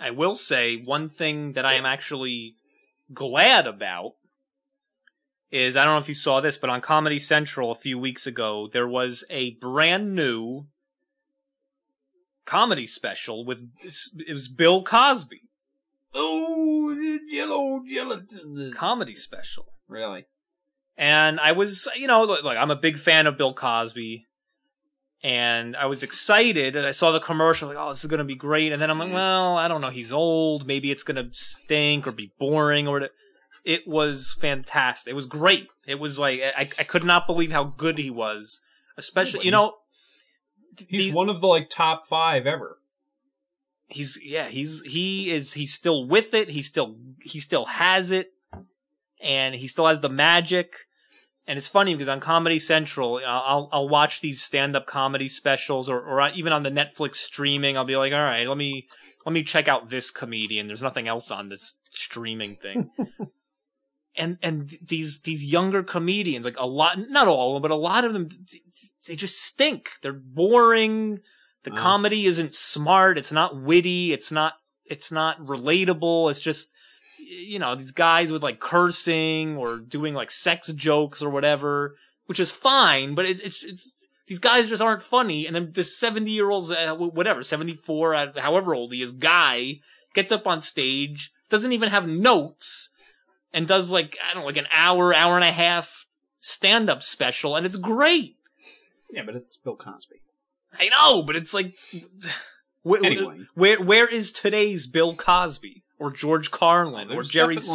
S2: I will say one thing that I am actually glad about is I don't know if you saw this, but on Comedy Central a few weeks ago, there was a brand new comedy special with it was Bill Cosby
S3: Oh, yellow, yellow.
S2: comedy special.
S3: Really?
S2: And I was, you know, like like, I'm a big fan of Bill Cosby. And I was excited. and I saw the commercial, like, oh, this is going to be great. And then I'm like, well, I don't know. He's old. Maybe it's going to stink or be boring or whatever. It was fantastic. It was great. It was like, I, I could not believe how good he was. Especially, you know,
S3: He's
S2: these-
S3: one of the like top five ever.
S2: he's yeah he's he is he's still with it he still he still has it and he still has the magic And it's funny because on Comedy Central, I'll- I'll I'll watch these stand up comedy specials, or or even on the Netflix streaming, I'll be like, all right, let me let me check out this comedian. There's nothing else on this streaming thing. and and these these younger comedians, like a lot, not all, of them, but a lot of them, they just stink. They're boring. The
S3: Oh.
S2: comedy isn't smart. It's not witty. It's not it's not relatable. It's just y- you know these guys with like cursing or doing like sex jokes or whatever, which is fine, but it's it's. it's these guys just aren't funny, and then this seventy-year-old, uh, wh- whatever, seventy-four, uh, however old he is, guy gets up on stage, doesn't even have notes, and does like I don't know, like an hour, hour and a half stand-up special, and it's great.
S3: Yeah, but it's Bill Cosby.
S2: I know, but it's like, where,
S3: Anyway.
S2: where where is today's Bill Cosby or George Carlin or
S3: There's
S2: Jerry Seinfeld?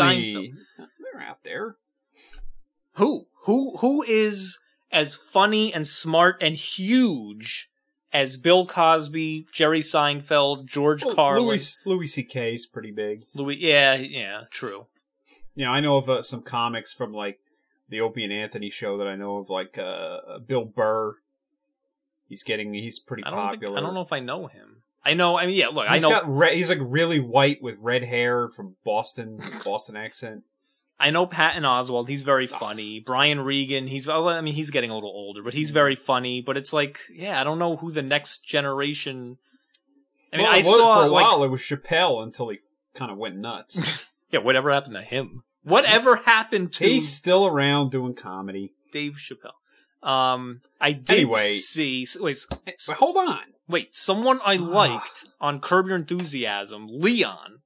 S3: definitely- They're out there.
S2: Who who who is as funny and smart and huge as Bill Cosby, Jerry Seinfeld, George
S3: Well,
S2: Carlin?
S3: Louis Louis C.K. is pretty big.
S2: Louis- yeah, yeah, true.
S3: you know, I know of uh, some comics from like the Opie and Anthony show that I know of, like uh, Bill Burr. He's getting he's pretty
S2: I don't, think,
S3: popular.
S2: I don't know if I know him. I know. I mean, yeah. Look,
S3: He's
S2: I know.
S3: got re- he's like really white with red hair from Boston, Boston accent.
S2: I know Patton Oswald. He's very funny. Brian Regan. He's. well, I mean, he's getting a little older, but
S3: Hmm.
S2: he's very funny. But it's like, yeah, I don't know who the next generation. I mean,
S3: Well,
S2: I
S3: it was-
S2: saw
S3: for a
S2: like,
S3: while it was Chappelle until he kind of went nuts.
S2: yeah, whatever happened to him? Whatever happened to
S3: he's still around doing comedy.
S2: Dave Chappelle. Um, I did
S3: Anyway.
S2: see. s- Wait, s- s-
S3: But hold on,
S2: wait. Someone I liked on Curb Your Enthusiasm, Leon.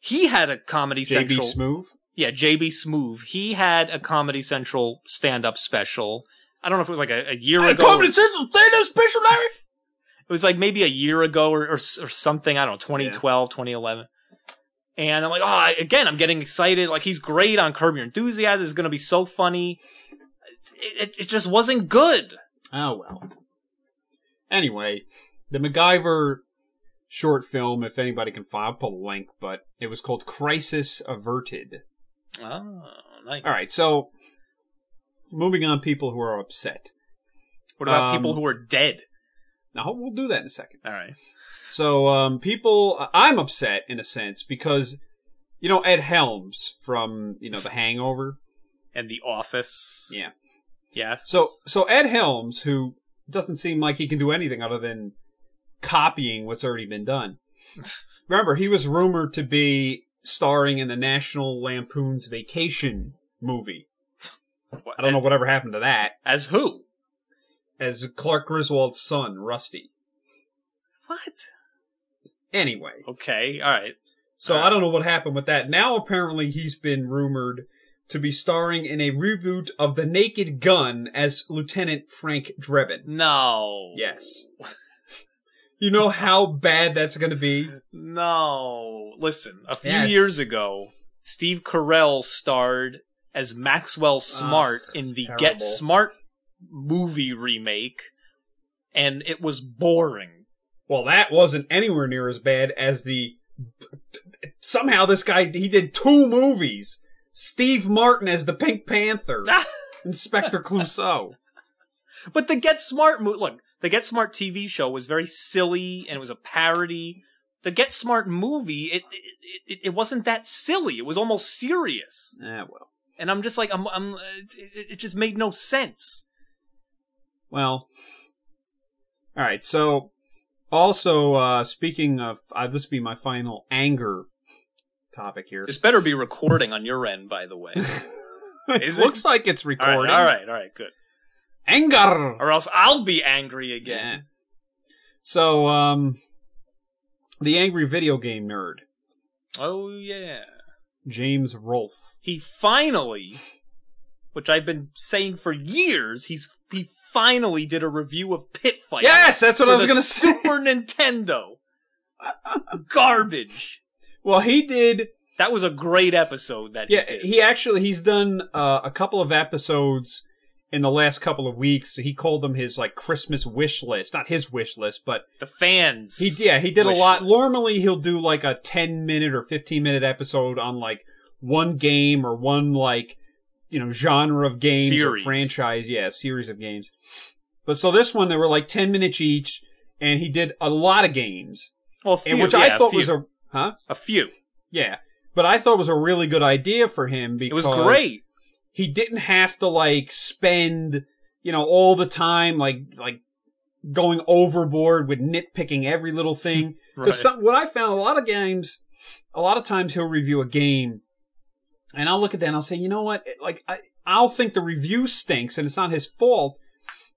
S2: He had a Comedy
S3: JB
S2: Central.
S3: Smoove.
S2: yeah, JB Smoove. He had a Comedy Central stand-up special. I don't know if it was like a, a year ago.
S3: Central stand-up special, Larry.
S2: it was like maybe a year ago or, or, or something. I don't know, 2012, 2011. And I'm like, oh, I- again, I'm getting excited. Like, he's great on Curb Your Enthusiasm. It's going to be so funny. It, it, it just wasn't good.
S3: Oh well. Anyway, the MacGyver short film, if anybody can find, I'll put a link, but it was called Crisis Averted.
S2: Oh, nice.
S3: All right, so moving on, people who are upset.
S2: What about
S3: Um,
S2: people who are dead?
S3: Now we'll do that in a second.
S2: All right.
S3: So um, people, I'm upset in a sense because you know Ed Helms from you know The Hangover.
S2: And The Office.
S3: Yeah.
S2: Yes.
S3: So so Ed Helms, who doesn't seem like he can do anything other than copying what's already been done. Remember, he was rumored to be starring in the National Lampoon's Vacation movie. I don't know whatever happened to that.
S2: As who?
S3: As Clark Griswold's son, Rusty.
S2: What?
S3: Anyway,
S2: Okay. All right.
S3: so I don't know what happened with that. Now apparently he's been rumored to be starring in a reboot of The Naked Gun as Lieutenant Frank Drebin.
S2: No.
S3: Yes. You know how bad that's going to be?
S2: No. Listen, a few
S3: Yes.
S2: years ago, Steve Carell starred as Maxwell Smart
S3: Ugh,
S2: in the
S3: terrible.
S2: Get Smart movie remake, and it was boring.
S3: Well, that wasn't anywhere near as bad as the. Somehow this guy, he did two movies. Steve Martin as the Pink Panther, Inspector Clouseau.
S2: But the Get Smart mo- look, the Get Smart TV show was very silly and it was a parody. The Get Smart movie, it it, it, it wasn't that silly. It was almost serious,
S3: Ah, well.
S2: and I'm just like, I'm, I'm, it, it- it just made no sense.
S3: Well. Alright, so. Also, uh, speaking of. Uh, this will be my final anger topic here.
S2: This better be recording on your end, by the way.
S3: it
S2: Is it?
S3: looks like it's
S2: All right,
S3: recording.
S2: all right, all right, good.
S3: Anger!
S2: Or else I'll be angry again.
S3: So, um, the angry video game nerd,
S2: Oh yeah.
S3: James Rolfe.
S2: He finally, which I've been saying for years, he's he finally did a review of Pit Fight.
S3: Yes, that's what
S2: for
S3: I was
S2: the
S3: going to say.
S2: Super Nintendo. Garbage.
S3: Well, he did.
S2: That was a great episode that
S3: Yeah,
S2: he did.
S3: he actually he's done uh, a couple of episodes in the last couple of weeks. He called them his like Christmas wish list, not his wish list, but
S2: the fans.
S3: He yeah, he did a
S2: wish
S3: lot.
S2: list.
S3: Normally he'll do like a 10 minute or 15 minute episode on like one game or one like you know genre of games or
S2: Series.
S3: franchise. Yeah, series of games. But so this one they were like ten minutes each, and he did a lot of games,
S2: Well, a few,
S3: and which
S2: yeah,
S3: I thought
S2: few,
S3: was a huh
S2: a few.
S3: yeah, but I thought was a really good idea for him
S2: It
S3: because
S2: was great.
S3: he didn't have to like spend you know all the time like like going overboard with nitpicking every little thing 'Cause
S2: Right.
S3: some, what i found a lot of games a lot of times he'll review a game and i'll look at that and i'll say you know what It- like I, i'll think the review stinks and it's not his fault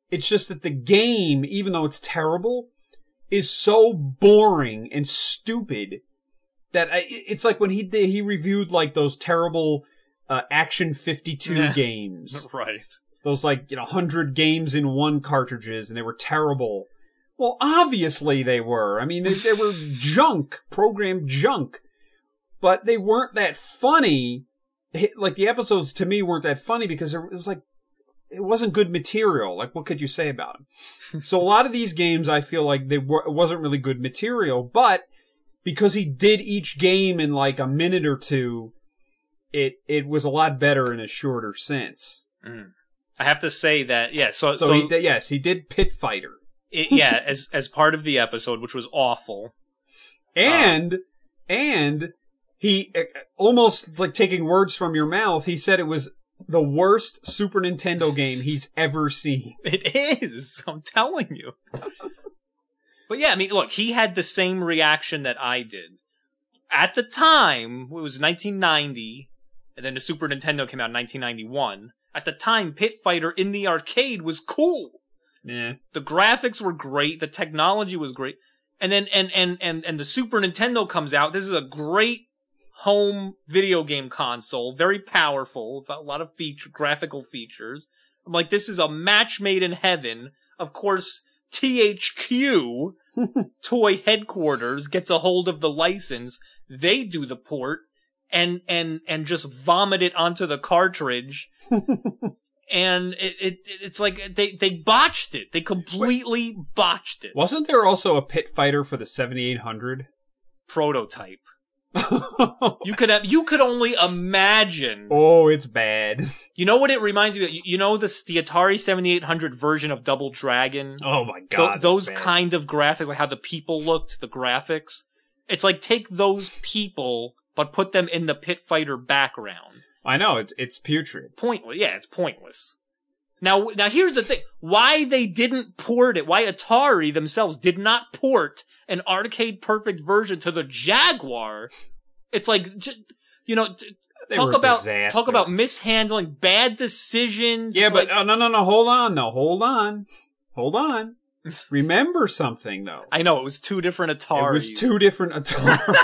S3: it's just that the game even though it's terrible is so boring and stupid that I, it's like when he did he reviewed like those terrible uh, action 52
S2: Yeah.
S3: games
S2: right.
S3: those like you know 100 games in one cartridges and they were terrible well obviously they were i mean they, they were junk program junk but they weren't that funny Hi- like the episodes to me weren't that funny because it was like it wasn't good material like what could you say about them so a lot of these games i feel like they were it wasn't really good material but because he did each game in like a minute or two it it was a lot better in a shorter sense
S2: Mm. I have to say that yeah. So
S3: so,
S2: so,
S3: he did, yes, he did Pit Fighter.
S2: it, yeah, as as part of the episode, which was awful. Ah.
S3: And, and he uh, almost like taking words from your mouth, he said it was the worst Super Nintendo game he's ever seen.
S2: It is. I'm telling you. but yeah, I mean, look, he had the same reaction that I did. At the time, it was 1990, and then the Super Nintendo came out in 1991. At the time, Pit Fighter in the arcade was cool.
S3: Yeah.
S2: The graphics were great. The technology was great. And then, and, and, and, and the Super Nintendo comes out. This is a great home video game console. Very powerful. with A lot of feature, graphical features. I'm like, this is a match made in heaven. Of course, THQ Toy Headquarters gets a hold of the license. They do the port and, and, and just vomit it onto the cartridge and it, it it's like they they botched it. They completely botched it.
S3: Wasn't there also a Pit Fighter for the 7800?
S2: Prototype. You could have you could only imagine.
S3: oh, it's bad.
S2: You know what it reminds me of? You- You know this the Atari 7800 version of Double Dragon.
S3: Oh my
S2: Tho-
S3: god. that's
S2: those
S3: bad.
S2: kind of graphics, like how the people looked, the graphics. It's like take those people but put them in the pit fighter background.
S3: I know, it's, it's putrid.
S2: pointless. Yeah, it's pointless. Now, now here's the thing: why they didn't port it? Why Atari themselves did not port an arcade perfect version to the Jaguar? It's like, j- you know, j-
S3: They were
S2: talk
S3: a
S2: about
S3: disaster.
S2: talk about mishandling, bad decisions.
S3: Yeah,
S2: It's
S3: but
S2: like-
S3: oh, no, no, no, hold on, though. Hold on. Hold on. Remember something, though.
S2: I know it was two different Atari.
S3: It was two different Atari.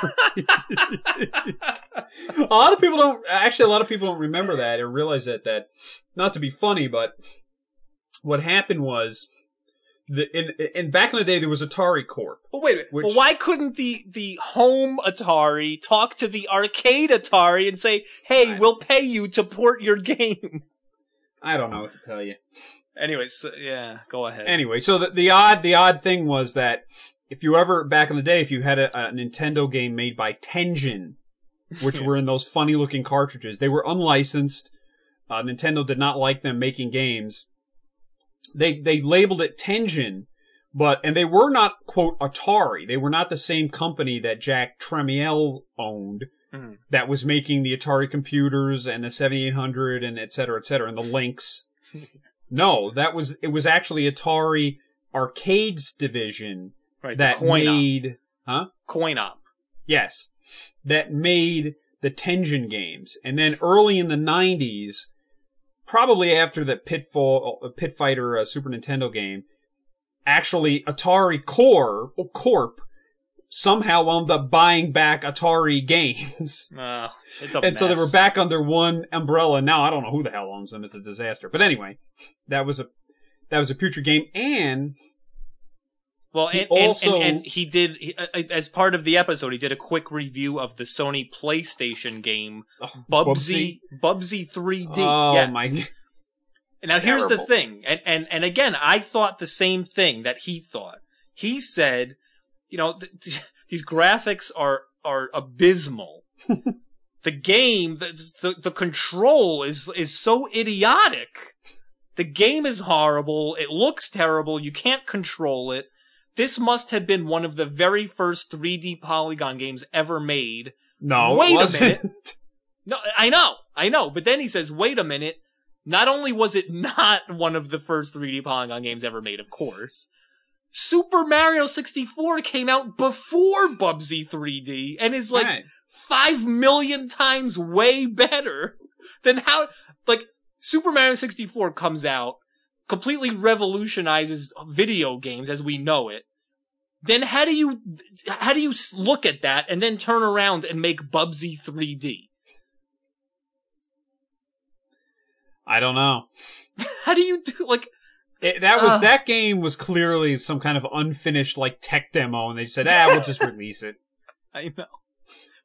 S3: a lot of people don't actually. A lot of people don't remember that or realize that. That not to be funny, but what happened was the in and back in the day there was Atari Corp.
S2: Well, wait a minute.
S3: Which-
S2: well, why couldn't the, the home Atari talk to the arcade Atari and say, "Hey,
S3: I-
S2: we'll pay you to port your game"?
S3: I don't know what to tell you.
S2: Anyways, so- yeah, go ahead.
S3: Anyway, so the, the odd the odd thing was that if you ever back in the day, if you had a, a Nintendo game made by Tenjin, which were in those funny looking cartridges, they were unlicensed. Uh, Nintendo did not like them making games. They they labeled it Tenjin, but and they were not quote Atari. They were not the same company that Jack Tramiel owned.
S2: Mhm.
S3: That was making the Atari computers and the 7800 and et cetera, et cetera, and the Lynx. No, that was it was actually Atari Arcades division
S2: right,
S3: that
S2: coin
S3: made
S2: op, coin op.
S3: yes, that made the Tenjin games. And then early in the 90s, probably after the Pitfall uh, Pit Fighter uh, Super Nintendo game, actually Atari Core or Corp somehow wound up buying back Atari games.
S2: Uh, it's a
S3: and so they
S2: mess.
S3: were back under one umbrella. Now I don't know who the hell owns them. It's a disaster. But anyway, that was a that was a future game, and
S2: Well,
S3: He
S2: and, and,
S3: also-
S2: and, and he did he, uh, as part of the episode, he did a quick review of the Sony PlayStation game Bubsy Bubsy 3D.
S3: Oh
S2: yes.
S3: my!
S2: Now here's the
S3: Terrible.
S2: thing, and, and and again, I thought the same thing that he thought. He said, you know, th- th- these graphics are are abysmal. the game, the, the, the control is, is so idiotic. The game is horrible. It looks terrible. You can't control it. This must have been one of the very first 3D polygon games ever made.
S3: No,
S2: Wait a
S3: it wasn't.
S2: No, I know, I know. But then he says, wait a minute. Not only was it not one of the first 3D Polygon games ever made, of course, Super Mario 64 came out before Bubsy 3D and is like
S3: Right.
S2: five million times way better than how, like, Super Mario 64 comes out, completely revolutionizes video games as we know it. Then how do you, how do you s- look at that and then turn around and make Bubsy 3D?
S3: I don't know.
S2: How do you do like
S3: It, that was
S2: Ugh.
S3: that game was clearly some kind of unfinished like tech demo, and they said, "Ah, we'll just release it."
S2: I know.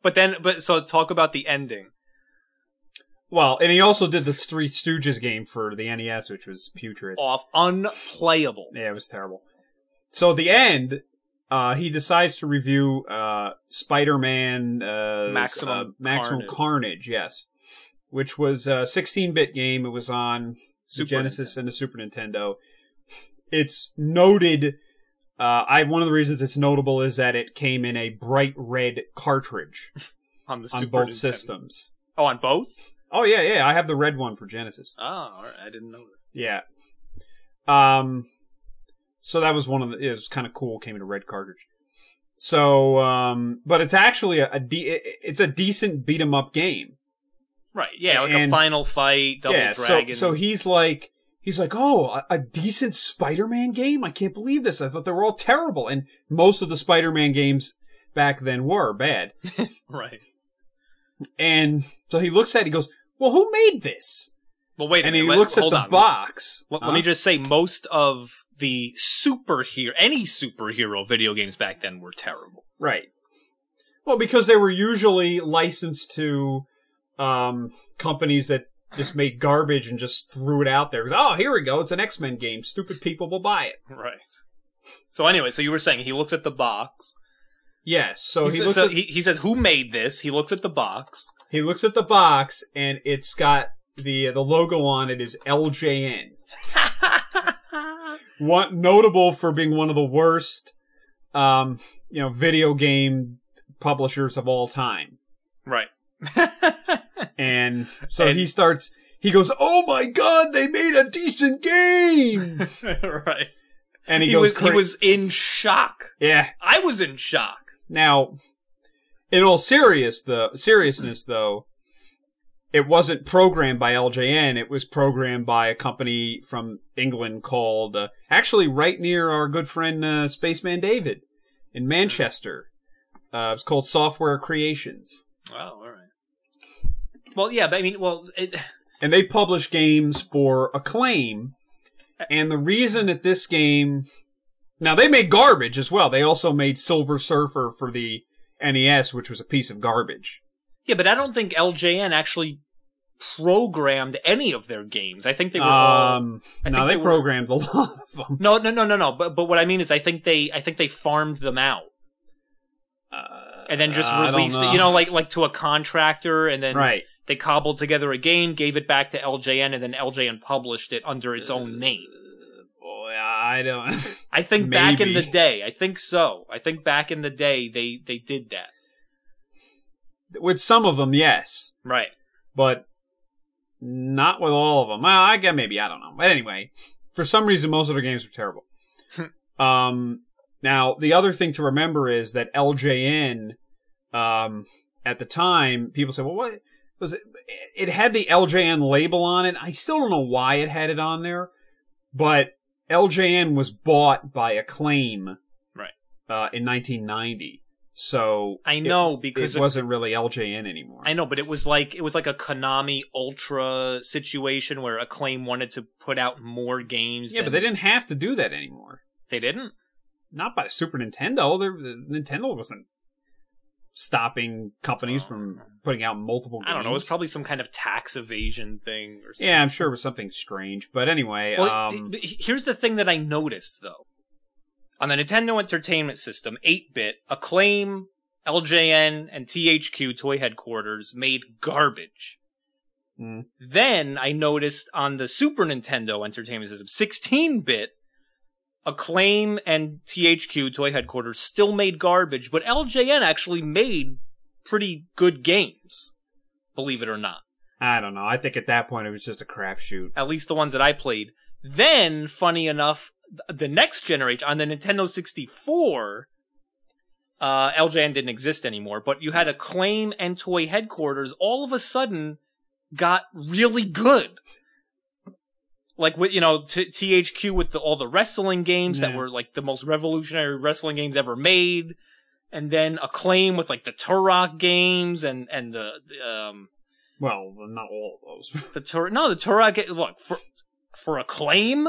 S2: But then but so talk about the ending.
S3: Well, and he also did the Three Stooges game for the NES, which was putrid.
S2: Off unplayable.
S3: Yeah, it was terrible. So the end, uh, he decides to review uh, Spider-Man uh,
S2: Maximum
S3: uh, Maximum
S2: Carnage.
S3: Carnage. yes, which was a 16-bit game. It was on the
S2: Super
S3: Genesis
S2: Nintendo.
S3: and the Super Nintendo. It's noted. Uh, I one of the reasons it's notable is that it came in a bright red cartridge
S2: On the
S3: on
S2: Super
S3: both
S2: Nintendo.
S3: systems.
S2: Oh, on both?
S3: Oh yeah, yeah. I have the red one for Genesis.
S2: Oh, all right. I didn't know that.
S3: Yeah. Um. So that was one of the. It was kind of cool. Came in a red cartridge. So, um, but it's actually a, a de- it- it's a decent beat 'em up game.
S2: Right. Yeah, like
S3: And-
S2: a final fight, double
S3: yeah.
S2: dragon.
S3: So, so he's like, he's like, oh, a, a decent Spider-Man game. I can't believe this. I thought they were all terrible, and most of the Spider-Man games back then were bad.
S2: right.
S3: And so he looks at, it, he goes, well, who made this?
S2: Well, wait a
S3: And he
S2: minute. let-
S3: looks at
S2: hold
S3: the
S2: on.
S3: box.
S2: Let, let
S3: Huh?
S2: me just say most of the superhero any superhero video games back then were terrible.
S3: Right. Well, because they were usually licensed to um, companies that just made garbage and just threw it out there. Oh, here we go. It's an X Men game. Stupid people will buy it.
S2: Right. So anyway, so you were saying he looks at the box.
S3: Yes. So
S2: he,
S3: he,
S2: says-
S3: looks
S2: so
S3: at,
S2: he, he says, "Who made this?" He looks at the box.
S3: he looks at the box and it's got the the logo on it is LJN. One notable for being one of the worst, um, you know, video game publishers of all time.
S2: right.
S3: And so
S2: And-
S3: he starts, he goes, Oh my God, they made a decent game.
S2: right.
S3: And
S2: He,
S3: he, goes,
S2: was he
S3: cra-
S2: was in shock.
S3: yeah.
S2: I was in shock.
S3: Now, in all serious, the seriousness though, it wasn't programmed by LJN. It was programmed by a company from England called, uh, actually right near our good friend, uh, Spaceman David in Manchester. Uh, it's called Software Creations.
S2: Oh, all right. Well, yeah, but I mean, well, it,
S3: and they publish games for acclaim. And the reason that this game, now they made garbage as well. They also made Silver Surfer for the NES, which was a piece of garbage.
S2: yeah, but I don't think LJN actually programmed any of their games. I think they were. all,
S3: Um,
S2: I
S3: now
S2: think
S3: they,
S2: they were-
S3: programmed a lot of them.
S2: no, no, no, no, no. But but what I mean is, I think they I think they farmed them out
S3: Uh,
S2: and then just
S3: I don't
S2: released it. You know, like like to a contractor, and then
S3: right?
S2: they cobbled together a game, gave it back to LJN, and then LJN published it under its
S3: Uh,
S2: own name.
S3: Boy, I don't.
S2: I think back in
S3: Maybe.
S2: the day, I think so. I think back in the day they they did that.
S3: with some of them, yes,
S2: Right.
S3: but not with all of them. Well, I guess maybe I don't know. But anyway, for some reason, most of their games are terrible.
S2: Hmm.
S3: um, now the other thing to remember is that LJN, um, at the time, people said, "Well, what was it?" It had the LJN label on it. I still don't know why it had it on there, but LJN was bought by Acclaim,
S2: Right.
S3: uh, in 1990. So
S2: I
S3: it-
S2: know
S3: it
S2: because it-
S3: wasn't really LJN anymore.
S2: I know, but it was like it was like a Konami Ultra situation where Acclaim wanted to put out more games.
S3: Yeah, but
S2: than-
S3: they didn't have to do that anymore.
S2: They didn't.
S3: Not by Super Nintendo. There- The Nintendo wasn't stopping companies from putting out multiple.
S2: I don't know. It was
S3: games.
S2: probably some kind of tax evasion thing or something.
S3: Yeah, I'm sure it was something strange. But anyway,
S2: Well,
S3: um,
S2: it- it- here's the thing that I noticed though. On the Nintendo Entertainment System, 8-bit, Acclaim LJN and THQ toy headquarters made garbage.
S3: Mm.
S2: Then I noticed on the Super Nintendo Entertainment System, 16 bit, Acclaim and THQ toy headquarters still made garbage, but LJN actually made pretty good games, believe it or not.
S3: I don't know. I think at that point it was just a crapshoot.
S2: at least the ones that I played. Then, funny enough, th- the next generation on the Nintendo 64, uh, LJN didn't exist anymore, but you had Acclaim and Toy Headquarters all of a sudden got really good. Like with, you know, t- THQ with the, all the wrestling games that
S3: Yeah.
S2: were like the most revolutionary wrestling games ever made. And then Acclaim with like the Turok games and, and the, the um,
S3: Well, not all of those.
S2: the Tur no, the Turok. ga- Look for for acclaim.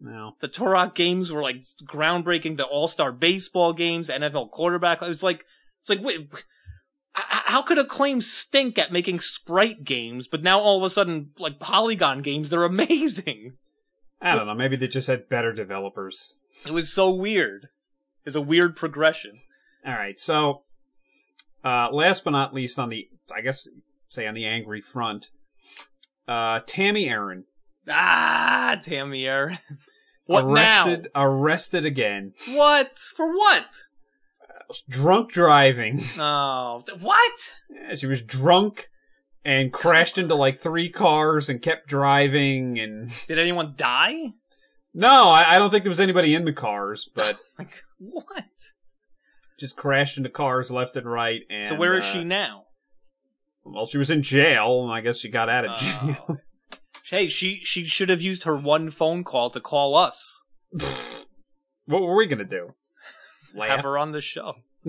S3: no.
S2: The Turok games were like groundbreaking. The All Star baseball games, the NFL quarterback. It was like it's like wait, h- h- how could acclaim stink at making sprite games, but now all of a sudden like polygon games, they're amazing.
S3: I don't know. Maybe they just had better developers.
S2: It was so weird. It's a weird progression.
S3: All right. So, uh, last but not least, on the I guess say on the angry front, uh, Tammy Aaron
S2: Ah, Tamier. What
S3: arrested arrested again,
S2: now? What for? What?
S3: drunk driving.
S2: Oh, th- what?
S3: Yeah, she was drunk and crashed into like three cars and kept driving. And
S2: Did anyone die?
S3: no, I, I don't think there was anybody in the cars, but
S2: Like what?
S3: just crashed into cars left and right. And
S2: so where is
S3: uh,
S2: she now?
S3: Well, she was in jail, and I guess she got out of jail.
S2: Oh. hey, she she should have used her one phone call to call us.
S3: what were we gonna do?
S2: Have
S3: Laugh.
S2: her on the show.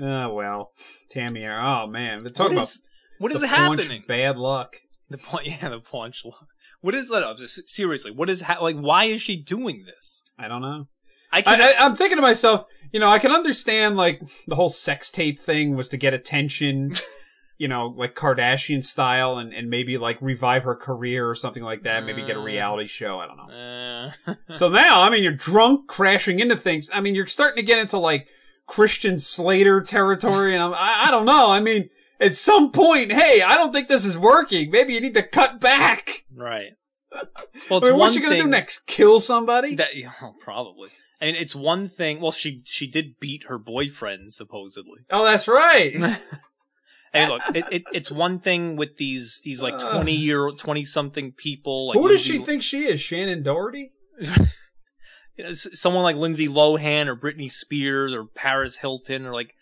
S3: oh well, Tammy. Oh man, but talk
S2: What
S3: about
S2: is- What is
S3: the paunch
S2: happening?
S3: Bad luck.
S2: the point, yeah, the paunch. lo- What is that? up? S- Seriously, what is ha- like? Why is she doing this?
S3: I don't know.
S2: I can.
S3: I, I, I'm thinking to myself, you know, I can understand like the whole sex tape thing was to get attention, you know, like Kardashian style, and and maybe like revive her career or something like that. Maybe get a
S2: Mm.
S3: reality show. I don't know.
S2: Uh,
S3: so now, I mean, you're drunk, crashing into things. I mean, you're starting to get into like Christian Slater territory, and I'm, I, I don't know. I mean, at some point, hey, I don't think this is working. Maybe you need to cut back.
S2: right. Well,
S3: I
S2: it's
S3: mean,
S2: one
S3: what's you gonna do
S2: thing
S3: next? Kill somebody?
S2: That yeah, probably. And it's one thing. Well, she she did beat her boyfriend supposedly.
S3: oh, that's right.
S2: Hey, look, it, it, it's one thing with these these like
S3: Ugh.
S2: twenty year twenty something people. Like
S3: Uh. Who does she
S2: Lindsay-
S3: think she is? Shannon Doherty?
S2: you know, uh, s- someone like Lindsay Lohan or Britney Spears or Paris Hilton or like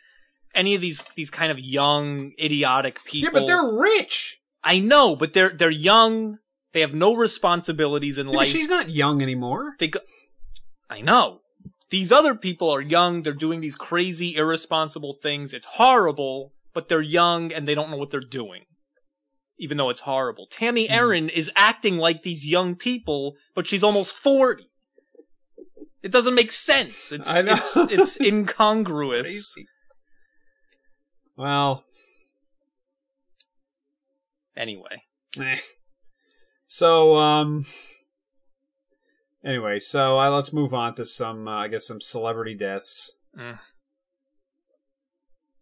S2: any of these these kind of young idiotic people.
S3: Yeah, but they're rich.
S2: I know, but they're they're young. They have no responsibilities in
S3: Yeah, but
S2: life.
S3: she's not young anymore.
S2: They go- I know. These other people are young. They're doing these crazy, irresponsible things. It's horrible, but they're young and they don't know what they're doing. Even though it's horrible. Tammy
S3: Hmm.
S2: Erin is acting like these young people, but she's almost 40. It doesn't make sense. It's,
S3: I know.
S2: it's, it's incongruous.
S3: Crazy. Well,
S2: Anyway.
S3: eh. so um. Anyway, so uh, let's move on to some, uh, I guess, some celebrity deaths.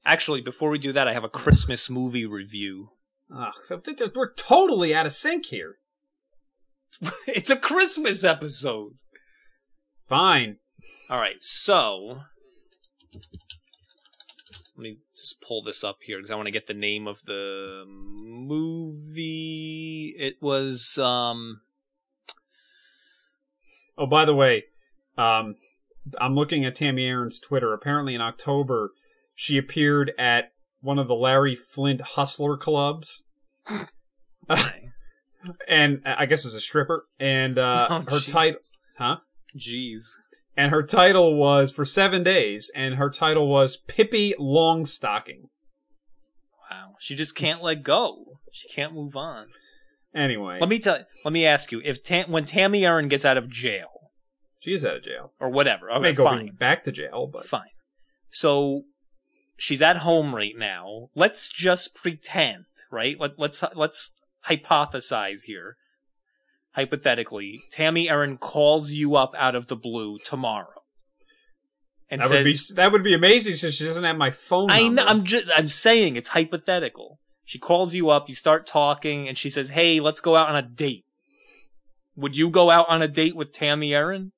S2: Actually, before we do that, I have a Christmas movie review.
S3: Ugh, so th- th- we're totally out of sync here.
S2: it's a Christmas episode.
S3: Fine.
S2: All right, so let me just pull this up here because I want to get the name of the movie. It was um
S3: Oh, by the way, um, I'm looking at Tammy Aaron's Twitter. Apparently, in October, she appeared at one of the Larry Flint Hustler clubs, and uh, I guess as a stripper. And uh,
S2: Oh,
S3: her
S2: jeez.
S3: title, huh?
S2: jeez,
S3: And her title was for seven days, and her title was Pippi Longstocking.
S2: wow, she just can't let go. She can't move on.
S3: Anyway,
S2: Let me tell. Let me ask you if Tam, when Tammy Erin gets out of jail
S3: she is out of jail.
S2: or whatever.
S3: may
S2: Okay,
S3: go
S2: fine.
S3: back to jail, but
S2: Fine. So she's at home right now. Let's just pretend, right? Let, let's let's hypothesize here. Hypothetically, Tammy Erin calls you up out of the blue tomorrow. and
S3: That
S2: said,
S3: would be that would be amazing since she doesn't have my phone.
S2: I
S3: number.
S2: know, I'm just I'm saying it's hypothetical. She calls you up, you start talking, and she says, "Hey, let's go out on a date." Would you go out on a date with Tammy Erin,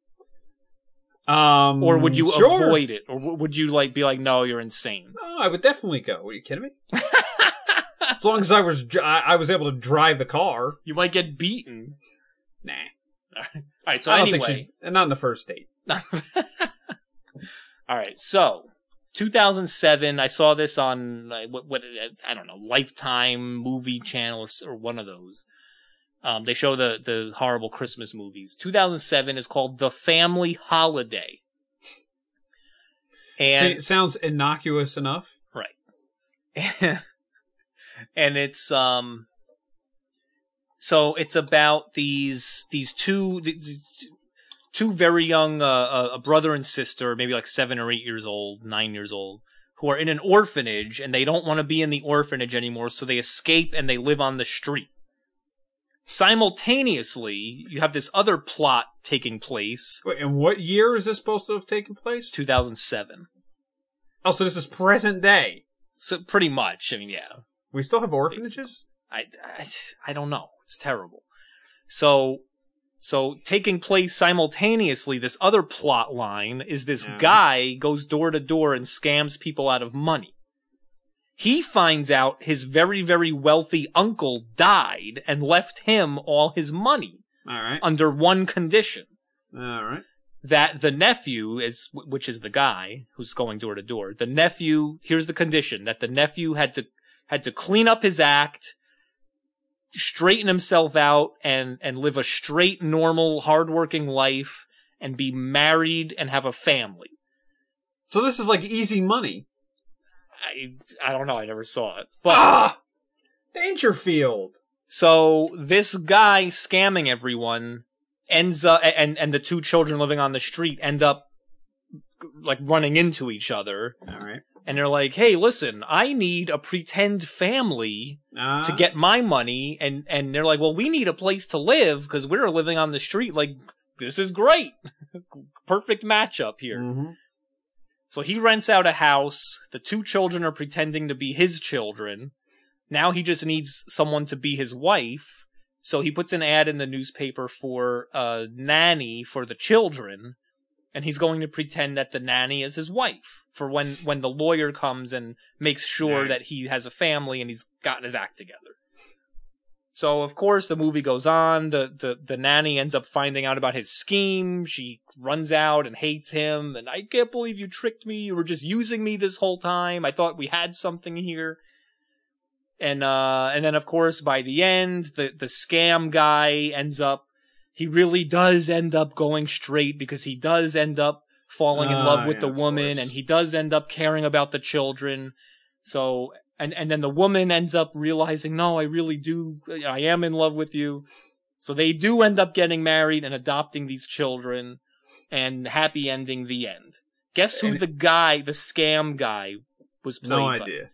S3: Um,
S2: or would you
S3: sure.
S2: avoid it, or w- would you like be like, "No, you're insane."
S3: No, I would definitely go. Are you kidding me? as long as I was dr- I I was able to drive the car.
S2: You might get beaten.
S3: Nah,
S2: All right. So
S3: I don't
S2: anyway,
S3: think she. Not on the first date.
S2: All right, so 2007. I saw this on uh, what, what I don't know, Lifetime movie channel or, s- or one of those. Um, they show the the horrible Christmas movies. 2007 is called The Family Holiday,
S3: See,
S2: and
S3: it sounds innocuous enough.
S2: and it's um so it's about these these two these two very young uh, uh, a brother and sister maybe like 7 or 8 years old 9 years old who are in an orphanage and they don't want to be in the orphanage anymore so they escape and they live on the street simultaneously you have this other plot taking place
S3: Wait, and what year is this supposed to have taken place?
S2: 2007
S3: Oh, so this is present day.
S2: so pretty much i mean yeah
S3: We still have orphanages.
S2: I, I, I don't know. It's terrible. So, so taking place simultaneously, this other plot line is this
S3: Yeah.
S2: guy goes door to door and scams people out of money. He finds out his very, very wealthy uncle died and left him all his money
S3: All right.
S2: under one condition
S3: All right.
S2: that the nephew is which is the guy who's going door to door the nephew here's the condition that the nephew had to had to clean up his act straighten himself out and and live a straight normal hardworking life and be married and have a family
S3: So this is like easy money.
S2: i i don't know i never saw it but
S3: ah, Dangerfield.
S2: So this guy scamming everyone ends up, and and the two children living on the street end up like running into each other,
S3: All right.
S2: and they're like, "Hey, listen, I need a pretend family
S3: Uh,
S2: to get my money," and and they're like, "Well, we need a place to live because we're living on the street. Like, this is great, perfect matchup here."
S3: Mhm.
S2: So he rents out a house. The two children are pretending to be his children. Now he just needs someone to be his wife. So he puts an ad in the newspaper for a nanny for the children, and he's going to pretend that the nanny is his wife for when when the lawyer comes and makes sure
S3: Right.
S2: that he has a family and he's gotten his act together. So of course the movie goes on. The, the the nanny ends up finding out about his scheme. She runs out and hates him. And I can't believe you tricked me. You were just using me this whole time. I thought we had something here. And uh and then of course by the end the the scam guy ends up he really does end up going straight because he does end up falling in
S3: Ah,
S2: love with
S3: yeah,
S2: the
S3: of
S2: woman
S3: course.
S2: and he does end up caring about the children. So and and then the woman ends up realizing, no, I really do, I am in love with you. So they do end up getting married and adopting these children, and happy ending. The end. Guess who
S3: And-
S2: the guy, the scam guy, was played
S3: No
S2: by?
S3: idea.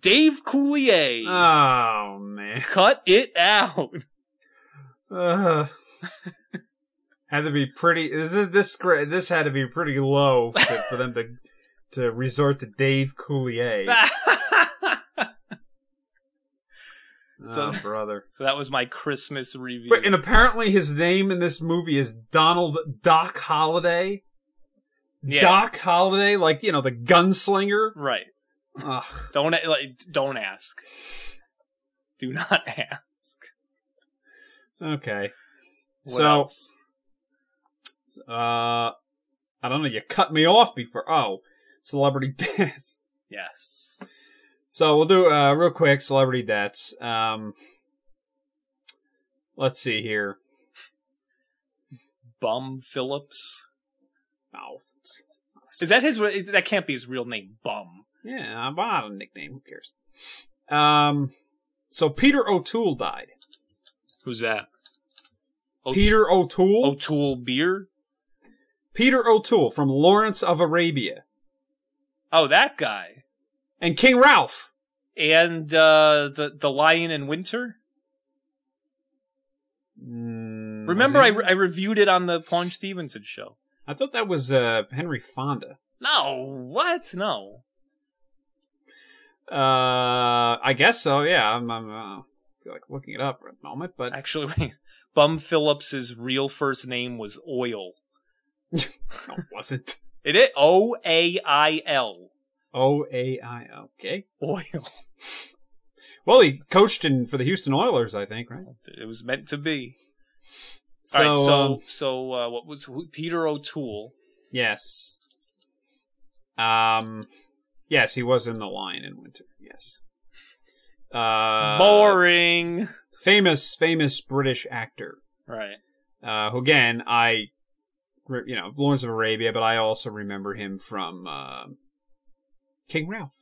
S2: Dave Coulier.
S3: Oh man.
S2: Cut it out.
S3: Ugh. had to be pretty. This is this gra- this had to be pretty low for, for them to to resort to Dave Coulier.
S2: So-
S3: oh, brother.
S2: so that was my Christmas review.
S3: Wait, and apparently his name in this movie is Donald Doc Holliday.
S2: Yeah.
S3: Doc Holliday, like you know the gunslinger.
S2: right.
S3: Ugh.
S2: Don't a- like. Don't ask. Do not ask.
S3: Okay.
S2: What
S3: So-
S2: else?
S3: Uh, I don't know. You cut me off before. Oh, celebrity deaths.
S2: yes.
S3: So we'll do uh, real quick celebrity deaths. Um, let's see here.
S2: Bum Phillips.
S3: Oh, it's-
S2: Is that his? re- That can't be his real name. Bum.
S3: yeah, I'm not a nickname. Who cares? Um, so Peter O'Toole died.
S2: Who's that?
S3: Peter O'Toole.
S2: O'Toole beer.
S3: Peter O'Toole from Lawrence of Arabia
S2: Oh, that guy.
S3: and King Ralph.
S2: And uh, the the Lion in Winter.
S3: Mm,
S2: Remember, I,
S3: was he-
S2: re- I reviewed it on the Paunch Stevenson show.
S3: I thought that was uh, Henry Fonda.
S2: No, what? No.
S3: Uh, I guess so. Yeah, I'm, I'm uh, feel like looking it up at the moment, but
S2: Actually, wait. Bum Phillips's real first name was Oil.
S3: no, it wasn't.
S2: It is O A I L.
S3: O A I. Okay.
S2: Oil.
S3: Well, he coached in for the Houston Oilers, I think, right?
S2: It was meant to be.
S3: So,
S2: All right, so
S3: um,
S2: so uh, what was who, Peter O'Toole?
S3: yes. Um, yes, he was in the line in winter. Yes. Uh,
S2: Boring.
S3: famous, famous British actor.
S2: Right.
S3: uh, who again I, re- you know, Lawrence of Arabia, but I also remember him from um King Ralph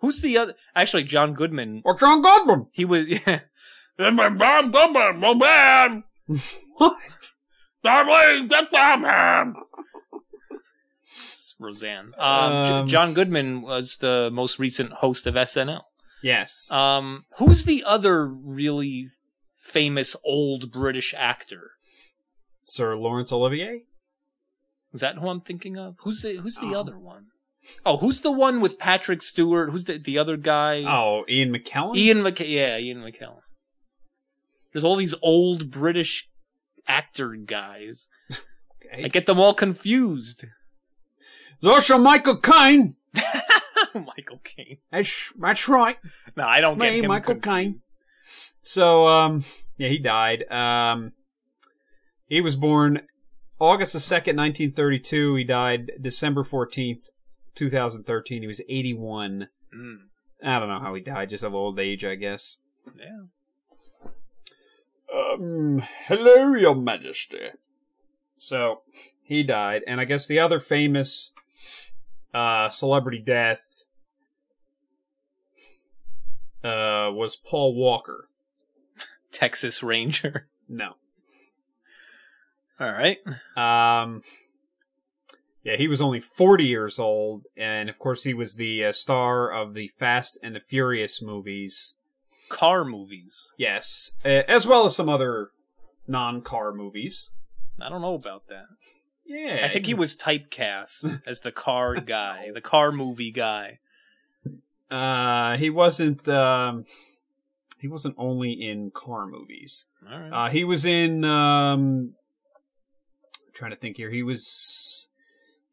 S2: Who's the other? Actually, John Goodman.
S3: or John Goodman.
S2: He was. Yeah. What? Roseanne. Um, J-
S3: Um,
S2: John Goodman was the most recent host of SNL.
S3: Yes,
S2: Um, who's the other really famous old British actor?
S3: Sir Lawrence Olivier.
S2: Is that who I'm thinking of? Who's the Who's the
S3: Oh.
S2: other one? Oh, who's the one with Patrick Stewart? Who's the the other guy?
S3: Oh, Ian McKellen.
S2: Ian McKellen. Yeah, Ian McKellen. There's all these old British actor guys.
S3: Okay.
S2: I get them all confused.
S3: There's also Michael Caine.
S2: Michael Caine.
S3: That's, that's right.
S2: No, I don't
S3: Me,
S2: get him.
S3: Michael
S2: confused.
S3: So, um, yeah, he died. Um, he was born August the second, nineteen thirty-two. He died December fourteenth, two thousand thirteen. He was eighty-one.
S2: Mm,
S3: I don't know how he died, just of old age, I guess.
S2: yeah.
S3: Um, hello, Your Majesty. So he died, and I guess the other famous uh, celebrity death uh, was Paul Walker.
S2: Texas Ranger.
S3: No,
S2: All right.
S3: um, yeah, he was only forty years old, and of course he was the uh, star of the Fast and the Furious movies.
S2: Car movies.
S3: Yes, uh, as well as some other non-car movies.
S2: I don't know about that.
S3: Yeah,
S2: I think he was typecast as the car guy, the car movie guy.
S3: Uh, he wasn't. Um, he wasn't only in car movies.
S2: All right.
S3: Uh, he was in. Um, I'm trying to think here. He was.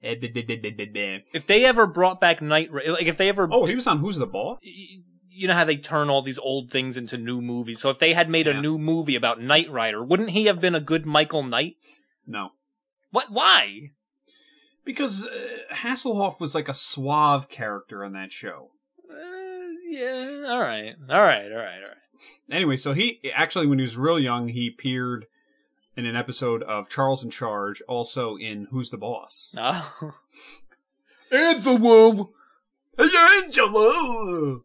S3: eh, beh, beh, beh, beh, beh, beh.
S2: if they ever brought back Night Ra- like if they ever,
S3: Oh, he was on Who's the Boss?
S2: y- you know how they turn all these old things into new movies. So if they had made
S3: Yeah.
S2: a new movie about Knight Rider, wouldn't he have been a good Michael Knight?
S3: No,
S2: What? Why?
S3: because uh, Hasselhoff was like a suave character on that show.
S2: Uh, yeah. All right. All right. All right. All right.
S3: Anyway, so he actually, when he was real young, he appeared in an episode of Charles in Charge, also in Who's the Boss.
S2: Oh.
S3: Anthewum! Angela!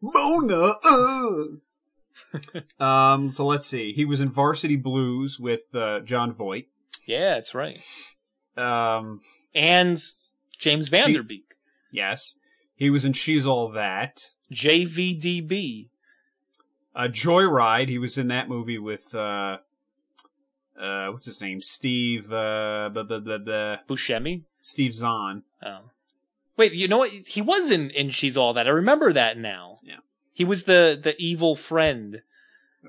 S3: Mona! uh. um, so let's see. He was in Varsity Blues with uh, John Voight.
S2: Yeah, that's right.
S3: Um,
S2: And James Vanderbeek,
S3: yes. He was in She's All That.
S2: JVDB.
S3: Uh, Joyride. He was in that movie with, uh, uh, what's his name? Steve, uh, blah, blah, blah, blah.
S2: Buscemi.
S3: Steve Zahn.
S2: Oh. Wait, you know what? He was in, in She's All That. I remember that now.
S3: Yeah.
S2: He was the, the evil friend.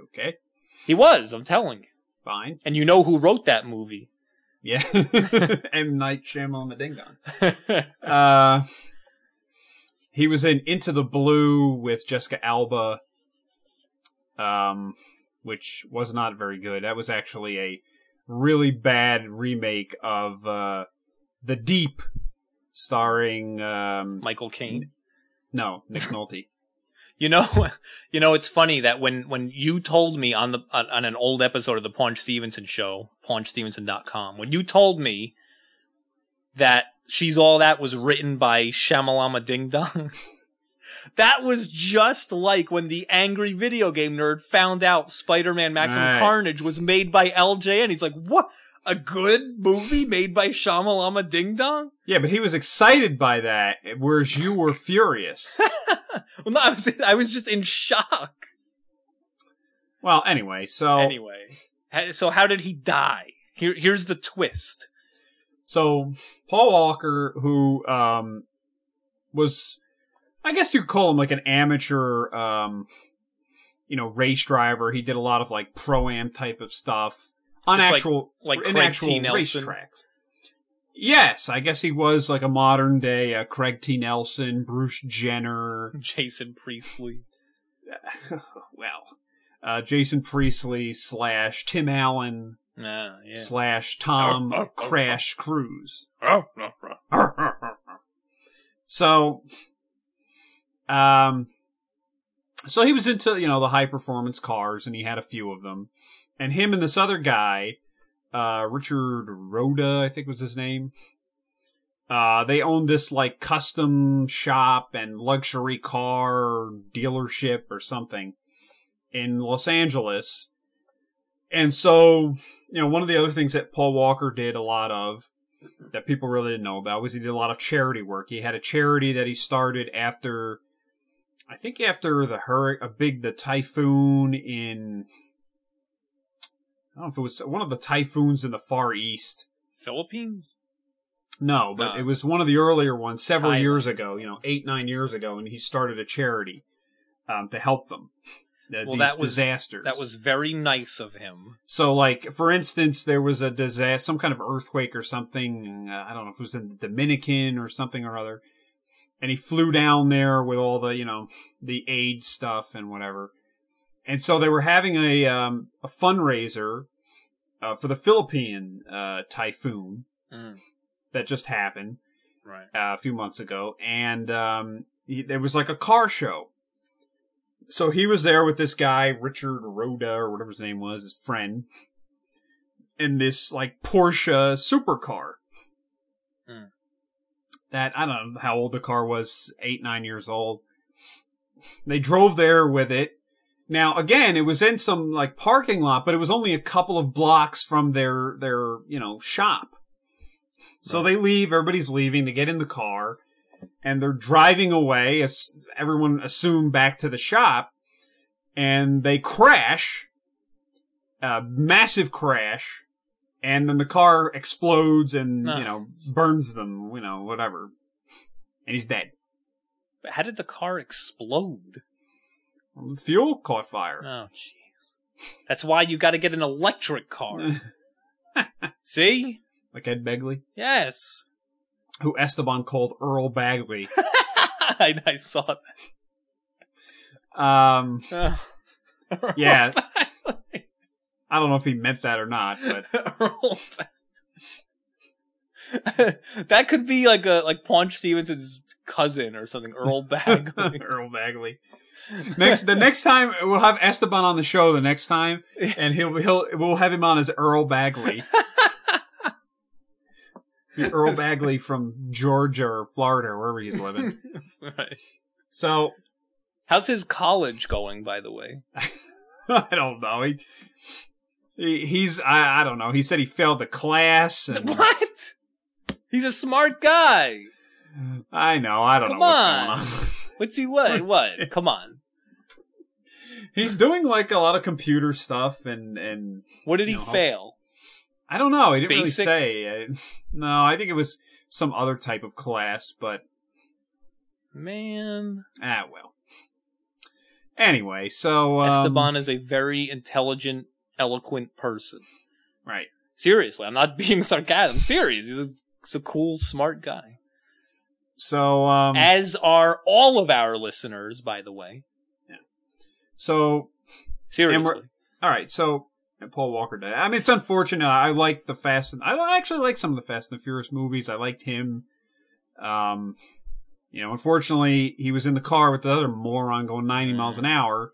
S3: Okay.
S2: He was, I'm telling you.
S3: Fine.
S2: And you know who wrote that movie.
S3: Yeah. M. Night Shyamalan Ding Dong.
S2: oh,
S3: Uh, he was in Into the Blue with Jessica Alba, um, which was not very good. That was actually a really bad remake of uh, The Deep, starring um,
S2: Michael Caine.
S3: no Nick Nolte.
S2: You know, you know, it's funny that when, when you told me on the, on, on an old episode of the Paunch Stevenson show, paunchstevenson.com, when you told me that She's All That was written by Shamalama Ding Dong, that was just like when the angry video game nerd found out Spider-Man Maximum
S3: Right.
S2: Carnage was made by LJN. He's like, what? A good movie made by Shamalama Ding Dong?
S3: Yeah, but he was excited by that, whereas you were furious.
S2: Well, no, I was, I was just in shock.
S3: well, anyway, so
S2: Anyway, ha- so how did he die? Here, here's the twist.
S3: So Paul Walker, who um, was, I guess you could call him like an amateur, um, you know, race driver. He did a lot of like pro am type of stuff on
S2: Just like-
S3: actual
S2: like
S3: in
S2: Craig
S3: actual
S2: T. Nelson.
S3: racetracks. Yes, I guess he was like a modern day uh, Craig T. Nelson, Bruce Jenner.
S2: Jason Priestley.
S3: well, uh, Jason Priestley slash Tim Allen
S2: Ah, yeah. Oh,
S3: slash Tom
S2: Arr, arr, arr,
S3: Crash Cruise.
S2: Ruh, ruh, ruh.
S3: so um so he was into you know the high performance cars and he had a few of them and him and this other guy uh richard rhoda i think was his name uh they owned this like custom shop and luxury car dealership or something in los angeles and so you know one of the other things that paul walker did a lot of that people really didn't know about was he did a lot of charity work. He had a charity that he started after, I think after the hurricane, a big the typhoon in, I don't know if it was one of the typhoons in the Far East.
S2: Philippines?
S3: No, but
S2: No.
S3: it was one of the earlier ones several
S2: Thailand.
S3: years ago. You know, eight nine years ago, and he started a charity um, to help them. Uh,
S2: Well,
S3: these
S2: that was-
S3: disasters.
S2: That was very nice of him.
S3: So, like for instance, there was a disaster, some kind of earthquake or something. Uh, I don't know if it was in the Dominican or something or other. And he flew down there with all the, you know, the aid stuff and whatever. And so they were having a um, a fundraiser uh, for the Philippine uh, typhoon
S2: Mm,
S3: that just happened
S2: right.
S3: uh, a few months ago, and um, he, there was like a car show. So he was there with this guy, Richard Rhoda, or whatever his name was, his friend, in this like Porsche supercar.
S2: Hmm.
S3: That I don't know how old the car was, eight, nine years old. They drove there with it. Now again, it was in some like parking lot, but it was only a couple of blocks from their their you know shop. So they leave. Everybody's leaving. They get in the car, and they're driving away. As everyone assumed back to the shop, and they crash. A massive crash, and then the car explodes and
S2: No.
S3: you know burns them. You know whatever, and he's dead.
S2: But how did the car explode?
S3: Fuel caught fire.
S2: Oh, jeez. That's why you got to get an electric car. See?
S3: like Ed Begley,
S2: Yes.
S3: who Esteban called Earl Bagley.
S2: I, I saw that.
S3: Um,
S2: Oh. Ugh.
S3: Yeah. I don't know if he meant that or not, but
S2: Earl Bag- that could be like a like Paunch Stevenson's cousin or something. Earl Bagley.
S3: Earl Bagley. Next, the next time we'll have Esteban on the show. The next time, and he'll he'll we'll have him on as Earl Bagley. The Earl Bagley from Georgia or Florida, or wherever he's living.
S2: Right.
S3: So
S2: How's his college going, by the way?
S3: I don't know. He, he he's I, I don't know. He said he failed the class. And
S2: What? He's a smart guy.
S3: I know. I don't
S2: Come
S3: know what's
S2: on.
S3: going on.
S2: What's he what? What? Come on.
S3: he's doing like a lot of computer stuff and and
S2: What did he
S3: No.
S2: fail?
S3: I don't know. He didn't
S2: Basic?
S3: really say. I- No, I think it was some other type of class, but
S2: Man.
S3: ah, well. Anyway, so um,
S2: Esteban is a very intelligent, eloquent person.
S3: right?
S2: Seriously, I'm not being sarcastic. I'm serious. He's a, he's a cool, smart guy.
S3: So um,
S2: As are all of our listeners, by the way.
S3: so And
S2: Seriously.
S3: we're- all right. So and Paul Walker died. I mean, it's unfortunate. I like the Fast and I actually like some of the Fast and the Furious movies. I liked him. Um, you know, unfortunately, he was in the car with the other moron going 90 miles
S2: Mm.
S3: an hour.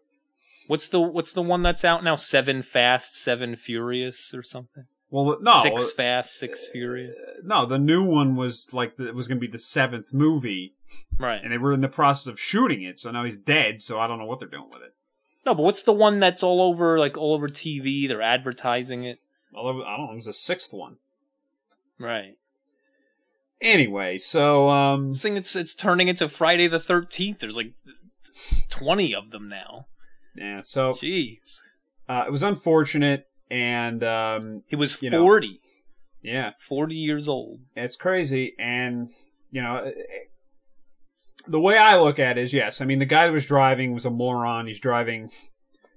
S2: What's the what's the one that's out now? Seven Fast, Seven Furious or something?
S3: Well, no,
S2: Six Fast, Six Furious.
S3: no, the new one was like the, it was going to be the seventh movie.
S2: Right.
S3: and they were in the process of shooting it. So now he's dead. So I don't know what they're doing with it.
S2: No, but what's the one that's all over like all over TV? They're advertising it.
S3: Although I don't know, it was the sixth one.
S2: Right.
S3: Anyway, so um,
S2: This thing it's it's turning into Friday the thirteenth. There's like twenty of them now.
S3: yeah,
S2: Oh.
S3: so
S2: Jeez.
S3: uh, it was unfortunate, and um,
S2: He was
S3: You know.
S2: forty.
S3: Yeah.
S2: 40 years old.
S3: It's crazy, and you know, it- it- the way I look at it is yes. I mean, the guy that was driving was a moron. He's driving,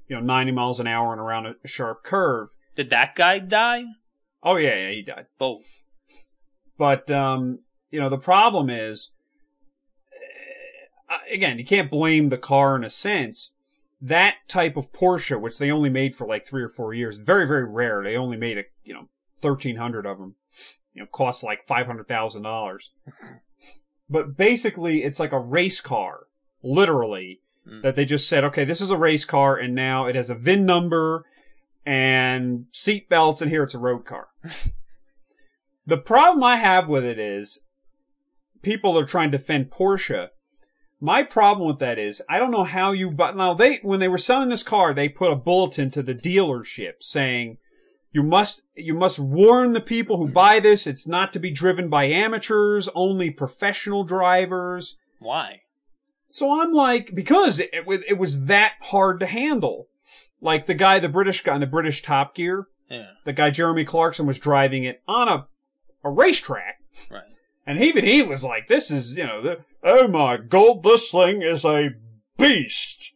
S3: you know, ninety miles an hour and around a sharp curve.
S2: Did that guy die?
S3: Oh yeah, yeah, he died.
S2: Both.
S3: But um, you know, the problem is, uh, again, you can't blame the car in a sense. That type of Porsche, which they only made for like three or four years, very very rare. They only made a you know thirteen hundred of them. You know, cost like five hundred thousand dollars. But basically, it's like a race car, literally.
S2: Mm.
S3: That they just said, okay, this is a race car, and now it has a VIN number and seat belts, and here it's a road car. The problem I have with it is people are trying to defend Porsche. My problem with that is I don't know how you but now they when they were selling this car they put a bulletin to the dealership saying you must you must warn the people who buy this it's not to be driven by amateurs only professional drivers
S2: Why?
S3: so I'm like, because it, it, was- it was that hard to handle. Like the guy, the British guy in the British Top Gear,
S2: Yeah.
S3: the guy Jeremy Clarkson was driving it on a, a racetrack.
S2: Right.
S3: And even he was like, this is, you know, the, oh my god, this thing is a beast.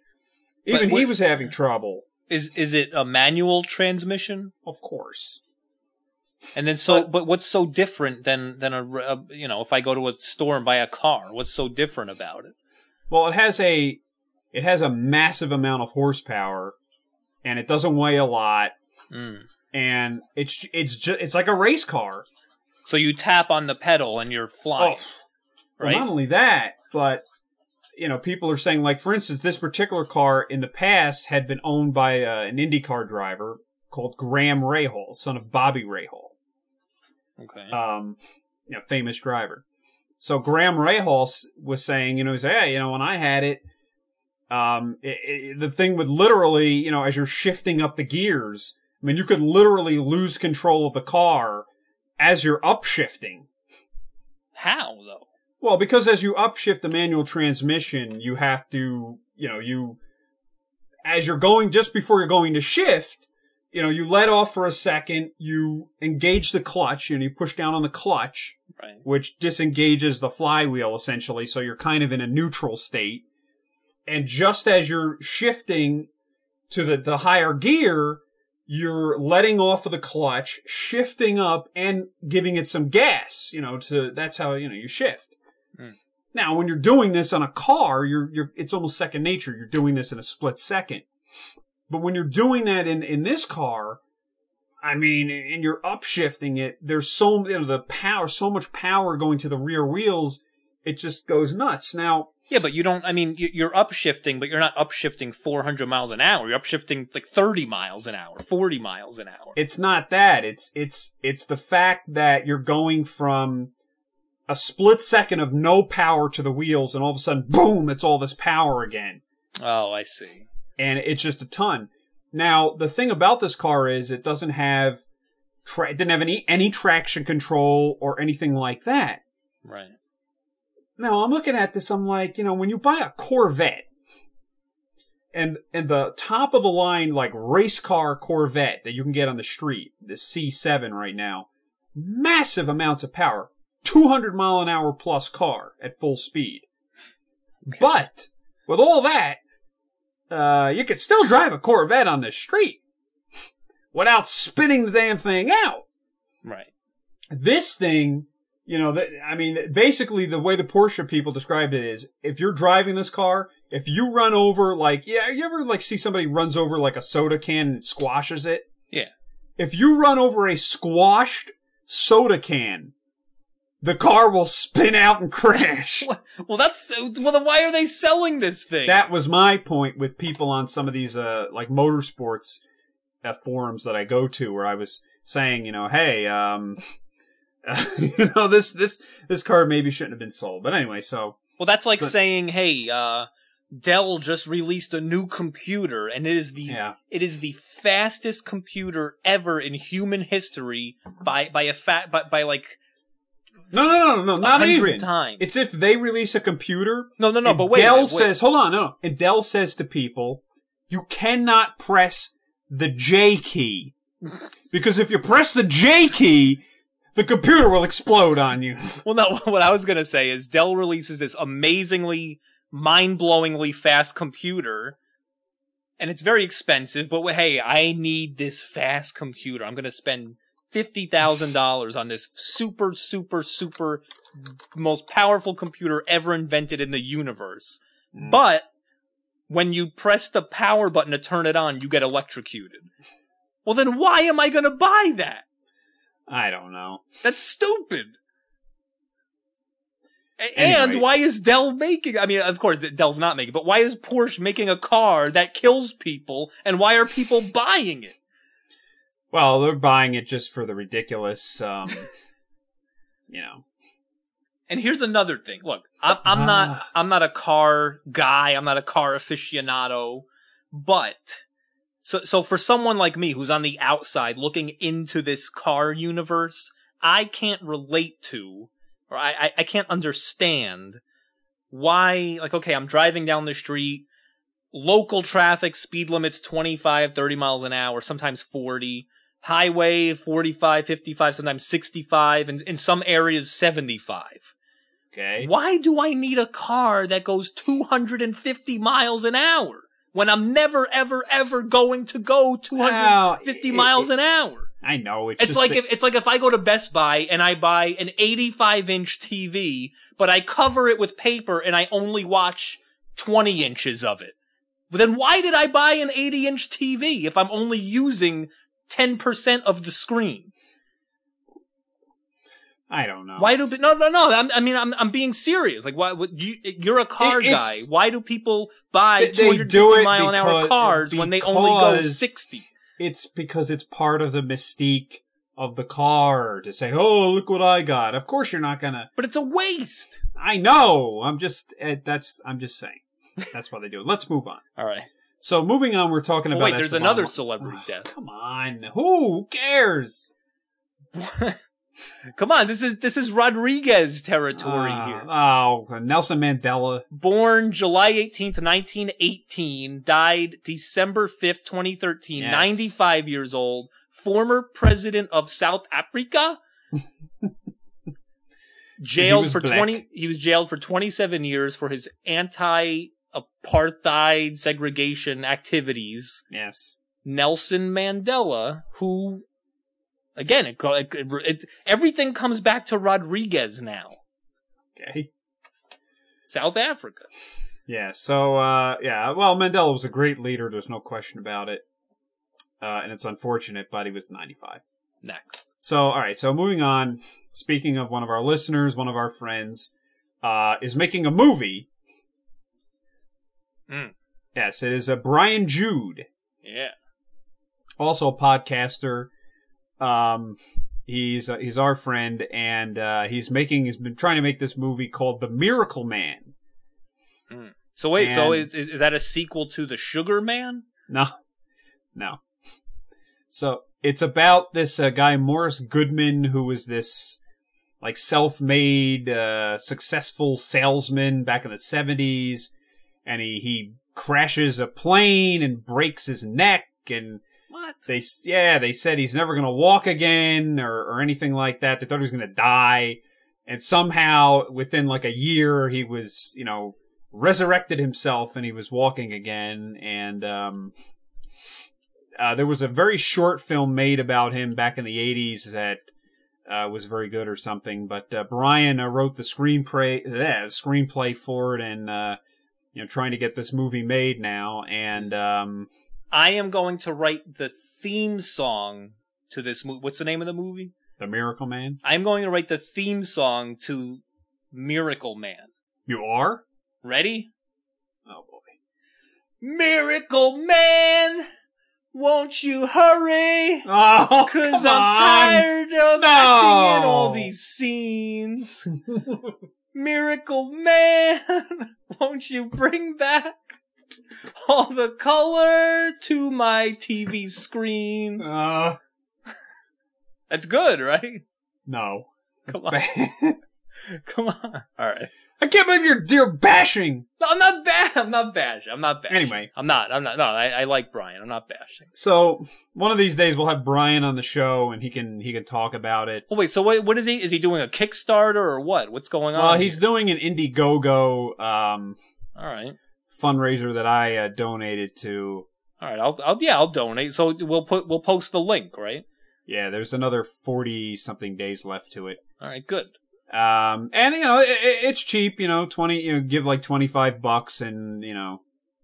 S2: But
S3: Even he
S2: what-
S3: was having trouble.
S2: Is is it a manual transmission?
S3: Of course.
S2: And then so, but, what's so different than than a, re- a you know if I go to a store and buy a car, what's so different about it?
S3: Well, it has a, it has a massive amount of horsepower and it doesn't weigh a lot
S2: Mm.
S3: and it's, it's just, it's like a race car.
S2: So you tap on the pedal and you're flying,
S3: Oh, Well,
S2: Oh, right?
S3: not only that, but you know, people are saying, like, for instance, this particular car in the past had been owned by uh, an IndyCar driver called Graham Rahal, son of Bobby Rahal,
S2: okay.
S3: um, you know, famous driver. So Graham Rahal s- was saying, you know, he's like, hey, you know, when I had it, um, it, it, the thing would literally, you know, as you're shifting up the gears, I mean, you could literally lose control of the car as you're upshifting.
S2: How though?
S3: Well, because as you upshift the manual transmission, you have to, you know, you, as you're going, just before you're going to shift, you know, you let off for a second, you engage the clutch, and you push down on the clutch,
S2: Right.
S3: which disengages the flywheel essentially, so you're kind of in a neutral state. And just as you're shifting to the, the higher gear, you're letting off of the clutch, shifting up and giving it some gas, you know, to, that's how, you know, you shift.
S2: Hmm.
S3: Now, when you're doing this on a car, you're, you're, it's almost second nature. You're doing this in a split second. But when you're doing that in, in this car, I mean, and you're upshifting it, there's so, you know, the power, so much power going to the rear wheels, it just goes nuts. Now,
S2: Yeah, but you don't. I mean, you- you're upshifting, but you're not upshifting 400 miles an hour. You're upshifting like 30 miles an hour, 40 miles an hour.
S3: it's not that it's it's it's the fact that you're going from a split second of no power to the wheels and all of a sudden boom it's all this power again
S2: oh, I see.
S3: and it's just a ton now the thing about this car is it doesn't have tra- it didn't have any any traction control or anything like that
S2: Right.
S3: now I'm looking at this. I'm like, you know, when you buy a Corvette and, and the top of the line, like race car Corvette that you can get on the street, the C7 right now, massive amounts of power, 200 mile an hour plus car at full speed. But with all that, uh, you could still drive a Corvette on the street without spinning the damn thing out
S2: Right.
S3: this thing, you know, that, I mean, basically the way the Porsche people described it is, if you're driving this car, if you run over like, yeah, you ever like see somebody runs over like a soda can and squashes it?
S2: Yeah.
S3: If you run over a squashed soda can, the car will spin out and crash.
S2: What? Well, that's well. Then why are they selling this thing?
S3: That was my point with people on some of these uh like motorsports uh, forums that I go to where I was saying, you know, hey, um you know, this this this car maybe shouldn't have been sold. But anyway, so
S2: Well, that's like
S3: So-
S2: saying, "Hey, uh, Dell just released a new computer, and it is the
S3: yeah.
S2: it is the fastest computer ever in human history by by a fat by, by like
S3: No, no, no, no,
S2: a
S3: not
S2: hundred
S3: even.
S2: times."
S3: It's if they release a computer.
S2: no, no, no.
S3: and
S2: But wait, a
S3: Dell
S2: minute, wait.
S3: says, hold on, no, no. And Dell says to people, you cannot press the J key because if you press the J key, The computer will explode on you.
S2: Well, no, what I was going to say is Dell releases this amazingly, mind blowingly fast computer, and it's very expensive, but hey, I need this fast computer. I'm going to spend $50,000 on this super, super, super most powerful computer ever invented in the universe. But when you press the power button to turn it on, you get electrocuted. Well, then why am I going to buy that?
S3: I don't know.
S2: That's stupid. A-
S3: Anyway.
S2: And why is Dell making? I mean, of course, Dell's not making, but why is Porsche making a car that kills people, and why are people buying it?
S3: Well, they're buying it just for the ridiculous, um, you know.
S2: And here's another thing. Look, I'm, I'm not
S3: Ah.
S2: I'm not a car guy. I'm not a car aficionado, but so so for someone like me who's on the outside looking into this car universe, I can't relate to or I I, I can't understand why like okay, I'm driving down the street local traffic speed limits 25 30 miles an hour sometimes 40 highway 45 55 sometimes 65 and in some areas 75
S3: Okay.
S2: why do i need a car that goes 250 miles an hour when i'm never ever ever going to go 250
S3: Well, it-
S2: miles
S3: it-
S2: an hour
S3: I know. It's,
S2: it's
S3: just
S2: like
S3: that-
S2: if, it's like if i go to best buy and i buy an 85 inch tv but i cover it with paper and i only watch 20 inches of it then why did i buy an 80 inch tv if i'm only using 10% of the screen
S3: I don't know.
S2: Why do pe- no no no? I'm, I mean, I'm I'm being serious. Like, why would you? You're a car
S3: It-
S2: guy.
S3: it's-
S2: Why do people buy
S3: They- they do
S2: 250
S3: it
S2: mile an hour
S3: because-
S2: cars when they only go
S3: because-
S2: 60?
S3: It's because it's part of the mystique of the car to say, "Oh, look what I got." Of course, you're not gonna.
S2: But it's a waste.
S3: I know. I'm just. eh, That's. I'm just saying. That's why they do it. Let's move on.
S2: All right.
S3: So moving on, we're talking
S2: Well,
S3: about.
S2: Oh, wait, there's
S3: Esteban
S2: another
S3: Lo-
S2: celebrity
S3: Ugh,
S2: death.
S3: Come on, who cares?
S2: Come on, this is this is Rodriguez territory
S3: Ah,
S2: here.
S3: Oh, Nelson Mandela.
S2: Born July 18th, 1918, died December 5th, 2013,
S3: Yes.
S2: 95 years old, former president of South Africa. jailed
S3: was
S2: for
S3: black.
S2: 20 he was jailed for 27 years for his anti-apartheid segregation activities.
S3: Yes.
S2: Nelson Mandela, who again, it, go- it, it everything comes back to Rodriguez now.
S3: Okay.
S2: South Africa.
S3: Yeah. So, uh, yeah. Well, Mandela was a great leader. There's no question about it. Uh, and it's unfortunate, but he was 95.
S2: Next.
S3: So, all right. So, moving on. Speaking of one of our listeners, one of our friends, uh, is making a movie.
S2: Mm.
S3: Yes, it is a Brian Jude,
S2: Yeah.
S3: also a podcaster. Um, he's uh, he's our friend, and uh, he's making he's been trying to make this movie called The Miracle Man.
S2: So wait, so
S3: And-
S2: is, is is that a sequel to the Sugar Man?
S3: No, no. So it's about this uh, guy Morris Goodman, who was this like self-made, uh, successful salesman back in the seventies, and he he crashes a plane and breaks his neck, and
S2: What?
S3: they s- yeah they said he's never gonna walk again or or anything like that. They thought he was gonna die, and somehow within like a year he was you know resurrected himself and he was walking again and um uh, there was a very short film made about him back in the 80s that uh, was very good or something. But uh, Brian uh, wrote the screenplay, uh, screenplay for it, and uh, you know, trying to get this movie made now. And um,
S2: I am going to write the theme song to this movie. What's the name of the movie?
S3: the Miracle Man,
S2: I'm going to write the theme song to Miracle Man.
S3: you are.
S2: Ready?
S3: Oh boy,
S2: Miracle Man, won't you hurry?
S3: oh,
S2: Cause I'm tired of
S3: No.
S2: acting in all these scenes. Miracle Man, won't you bring back all the color to my TV screen?
S3: Uh,
S2: That's good, right?
S3: no,
S2: Come on. Come on. All right.
S3: I can't believe you're you're bashing.
S2: No, I'm not bad. I'm not bashing. I'm not bashing.
S3: Anyway.
S2: I'm not. I'm not. No, I, I like Brian. I'm not bashing.
S3: So one of these days we'll have Brian on the show and he can he can talk about it.
S2: Oh, wait. So what? What is he? Is he doing a Kickstarter or what? What's going on?
S3: Well, Uh, he's doing an Indiegogo um,
S2: all right.
S3: fundraiser that I uh, donated to.
S2: All right. I'll. I'll. Yeah. I'll donate. So we'll put. We'll post the link. Right.
S3: Yeah, there's another forty something days left to it.
S2: All right. Good.
S3: Um, and you know, it, it- it's cheap. You know, twenty. You know, give like twenty five bucks, and you know,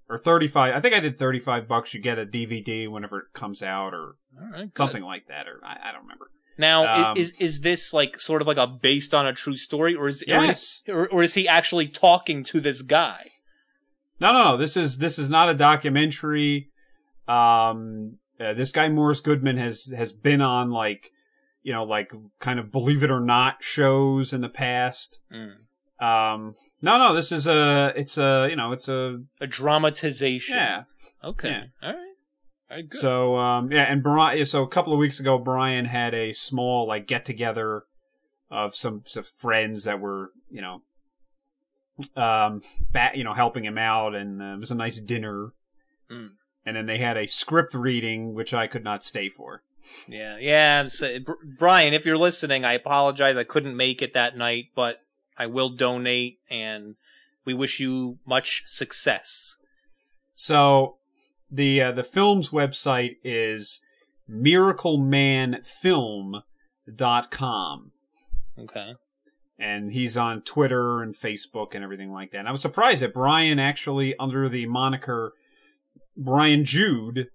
S3: or thirty five. I think I did thirty five bucks. You get a DVD whenever it comes out, or
S2: All right. Good.
S3: something like that, or I, I don't remember.
S2: Now, i-
S3: Um,
S2: is is this like sort of like a based on a true story, or is or is-
S3: Yes.
S2: or, or is he actually talking to this guy?
S3: No, no, no. This is this is not a documentary. Um, uh, this guy Morris Goodman has has been on like, you know, like kind of believe it or not shows in the past. Um, no, no. This is a. It's a. You know, it's a.
S2: A dramatization.
S3: Yeah.
S2: Okay.
S3: Yeah.
S2: All right. All right. Good.
S3: So um yeah, and Brian. yeah, So a couple of weeks ago, Brian had a small like get together of some some friends that were you know um bat you know helping him out, and uh, it was a nice dinner.
S2: Mm.
S3: And then they had a script reading, which I could not stay for.
S2: yeah. Yeah. I'm so, Br- Brian, if you're listening, I apologize. I couldn't make it that night, but I will donate, and we wish you much success.
S3: So the uh, the film's website is miraclemanfilm.com.
S2: Okay.
S3: and he's on Twitter and Facebook and everything like that. And I was surprised that Brian actually, under the moniker Brian Jude,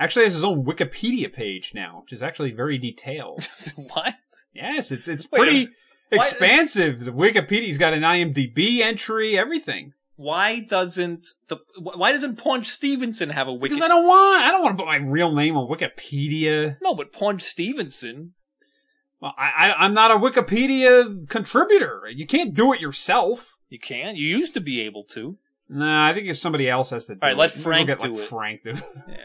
S3: actually has his own Wikipedia page now, which is actually very detailed.
S2: what?
S3: yes, it's it's
S2: Wait a
S3: pretty
S2: minute. Why-
S3: expansive. The Wikipedia's got an IMDb entry, everything.
S2: Why doesn't the why doesn't Paunch Stevenson have a wiki?
S3: Because I don't want I don't want to put my real name on Wikipedia.
S2: no, but Paunch Stevenson.
S3: Well, I, I I'm not a Wikipedia contributor. You can't do it yourself.
S2: You can. You used to be able to.
S3: Nah, I think it's somebody else has to do
S2: All right,
S3: it.
S2: let
S3: We'll
S2: Frank
S3: get,
S2: do
S3: like,
S2: it.
S3: Frank to-
S2: Yeah.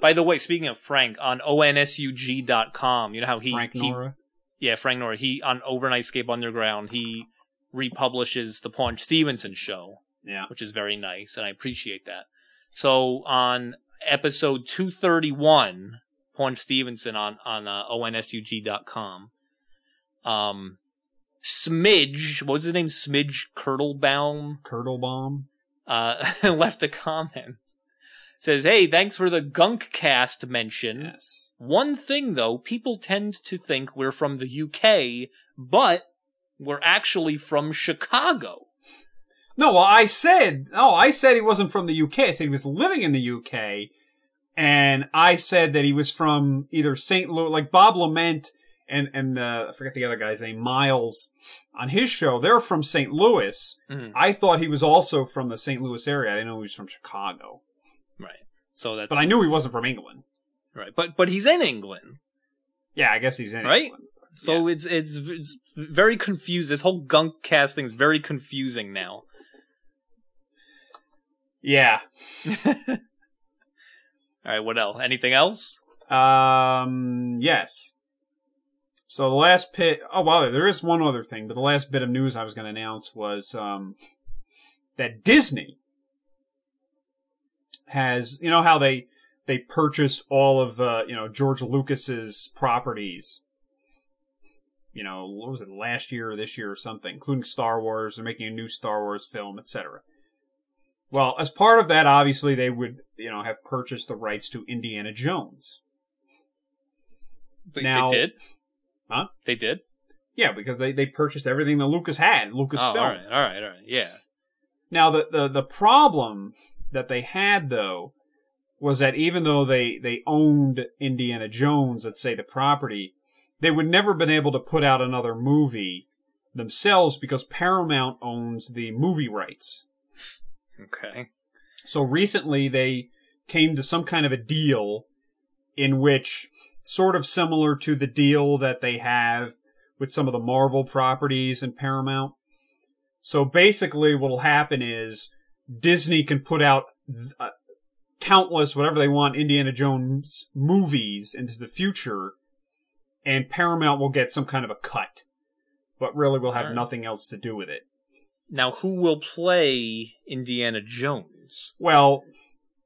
S2: By the way, speaking of Frank, on onsug.com, you know how he
S3: Frank
S2: he-
S3: Nora.
S2: yeah, Frank Nora, he on Overnight Scape Underground, he republishes the Paunch Stevenson show,
S3: Yeah.
S2: which is very nice, and I appreciate that. So on episode 231, Paunch Stevenson on on uh, onsug.com, um, Smidge, what was his name? Smidge Kirtlebaum.
S3: Curdle bomb.
S2: uh, left a comment. Says, hey, thanks for the gunk cast mention.
S3: Yes.
S2: One thing though, people tend to think we're from the UK, but we're actually from Chicago.
S3: No, well, I said, no, I said he wasn't from the UK. I said he was living in the UK. And I said that he was from either St. Louis, like Bob Lament and, and, uh, I forget the other guy's name, Miles on his show. They're from St. Louis.
S2: Mhm.
S3: I thought he was also from the St. Louis area. I didn't know he was from Chicago,
S2: Right. So that's
S3: but I knew he wasn't from England.
S2: right. But but he's in England.
S3: Yeah, I guess he's in
S2: Right?
S3: England.
S2: So it's, it's it's very confused. This whole gunk cast thing is very confusing now.
S3: Yeah.
S2: All right, what else? Anything else?
S3: Um, yes. So the last pit. Oh, wow, there is one other thing, but the last bit of news I was going to announce was um, that Disney has. You know how they they purchased all of uh, you know George Lucas's properties. You know, what was it last year or this year or something, including Star Wars. They're making a new Star Wars film, etc. Well, as part of that, obviously they would you know have purchased the rights to Indiana Jones.
S2: They-
S3: Now-
S2: they did.
S3: Huh?
S2: They did.
S3: Yeah, because they, they purchased everything that Lucas had, Lucas
S2: Oh, all
S3: film.
S2: right, all right, all right. Yeah.
S3: Now the, the the problem that they had though was that even though they they owned Indiana Jones, let's say the property, they would never been able to put out another movie themselves because Paramount owns the movie rights.
S2: Okay.
S3: So recently they came to some kind of a deal in which sort of similar to the deal that they have with some of the Marvel properties and Paramount. So basically what'll happen is Disney can put out th- uh, countless whatever they want Indiana Jones movies into the future and Paramount will get some kind of a cut. But really we'll have
S2: Alright.
S3: nothing else to do with it.
S2: Now, who will play Indiana Jones?
S3: Well,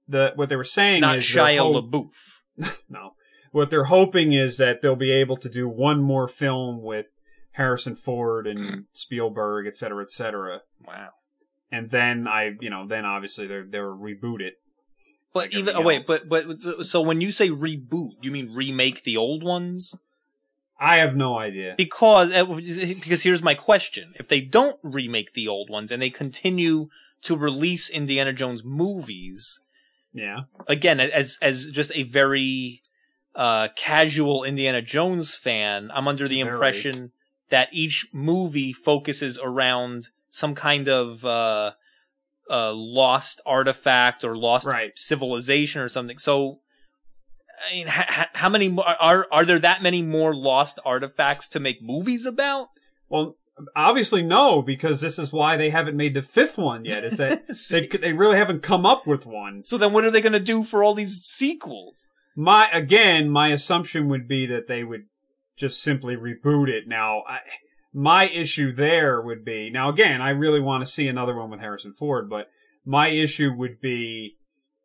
S3: the what they were saying
S2: Not
S3: is they're
S2: Shia
S3: hope-
S2: LaBeouf.
S3: no. What they're hoping is that they'll be able to do one more film with Harrison Ford and Spielberg, et cetera, et cetera.
S2: Wow.
S3: And then I, you know, then obviously they're they're reboot it.
S2: But
S3: Like
S2: even oh,
S3: everything
S2: wait,
S3: else.
S2: but but so, so when you say reboot, you mean remake the old ones?
S3: I have no idea.
S2: Because uh, because here's my question: If they don't remake the old ones and they continue to release Indiana Jones movies
S3: Yeah.
S2: again as as just a very uh, casual Indiana Jones fan, I'm under the
S3: Very.
S2: impression that each movie focuses around some kind of uh, uh, lost artifact or lost
S3: Right.
S2: civilization or something. So, I mean, ha- ha- how many more are are there that many more lost artifacts to make movies about?
S3: Well, obviously no, because this is why they haven't made the fifth one yet. Is that they they really haven't come up with one.
S2: so then, what are they going to do for all these sequels?
S3: My again, my assumption would be that they would just simply reboot it. Now, I, my issue there would be now again, I really want to see another one with Harrison Ford, but my issue would be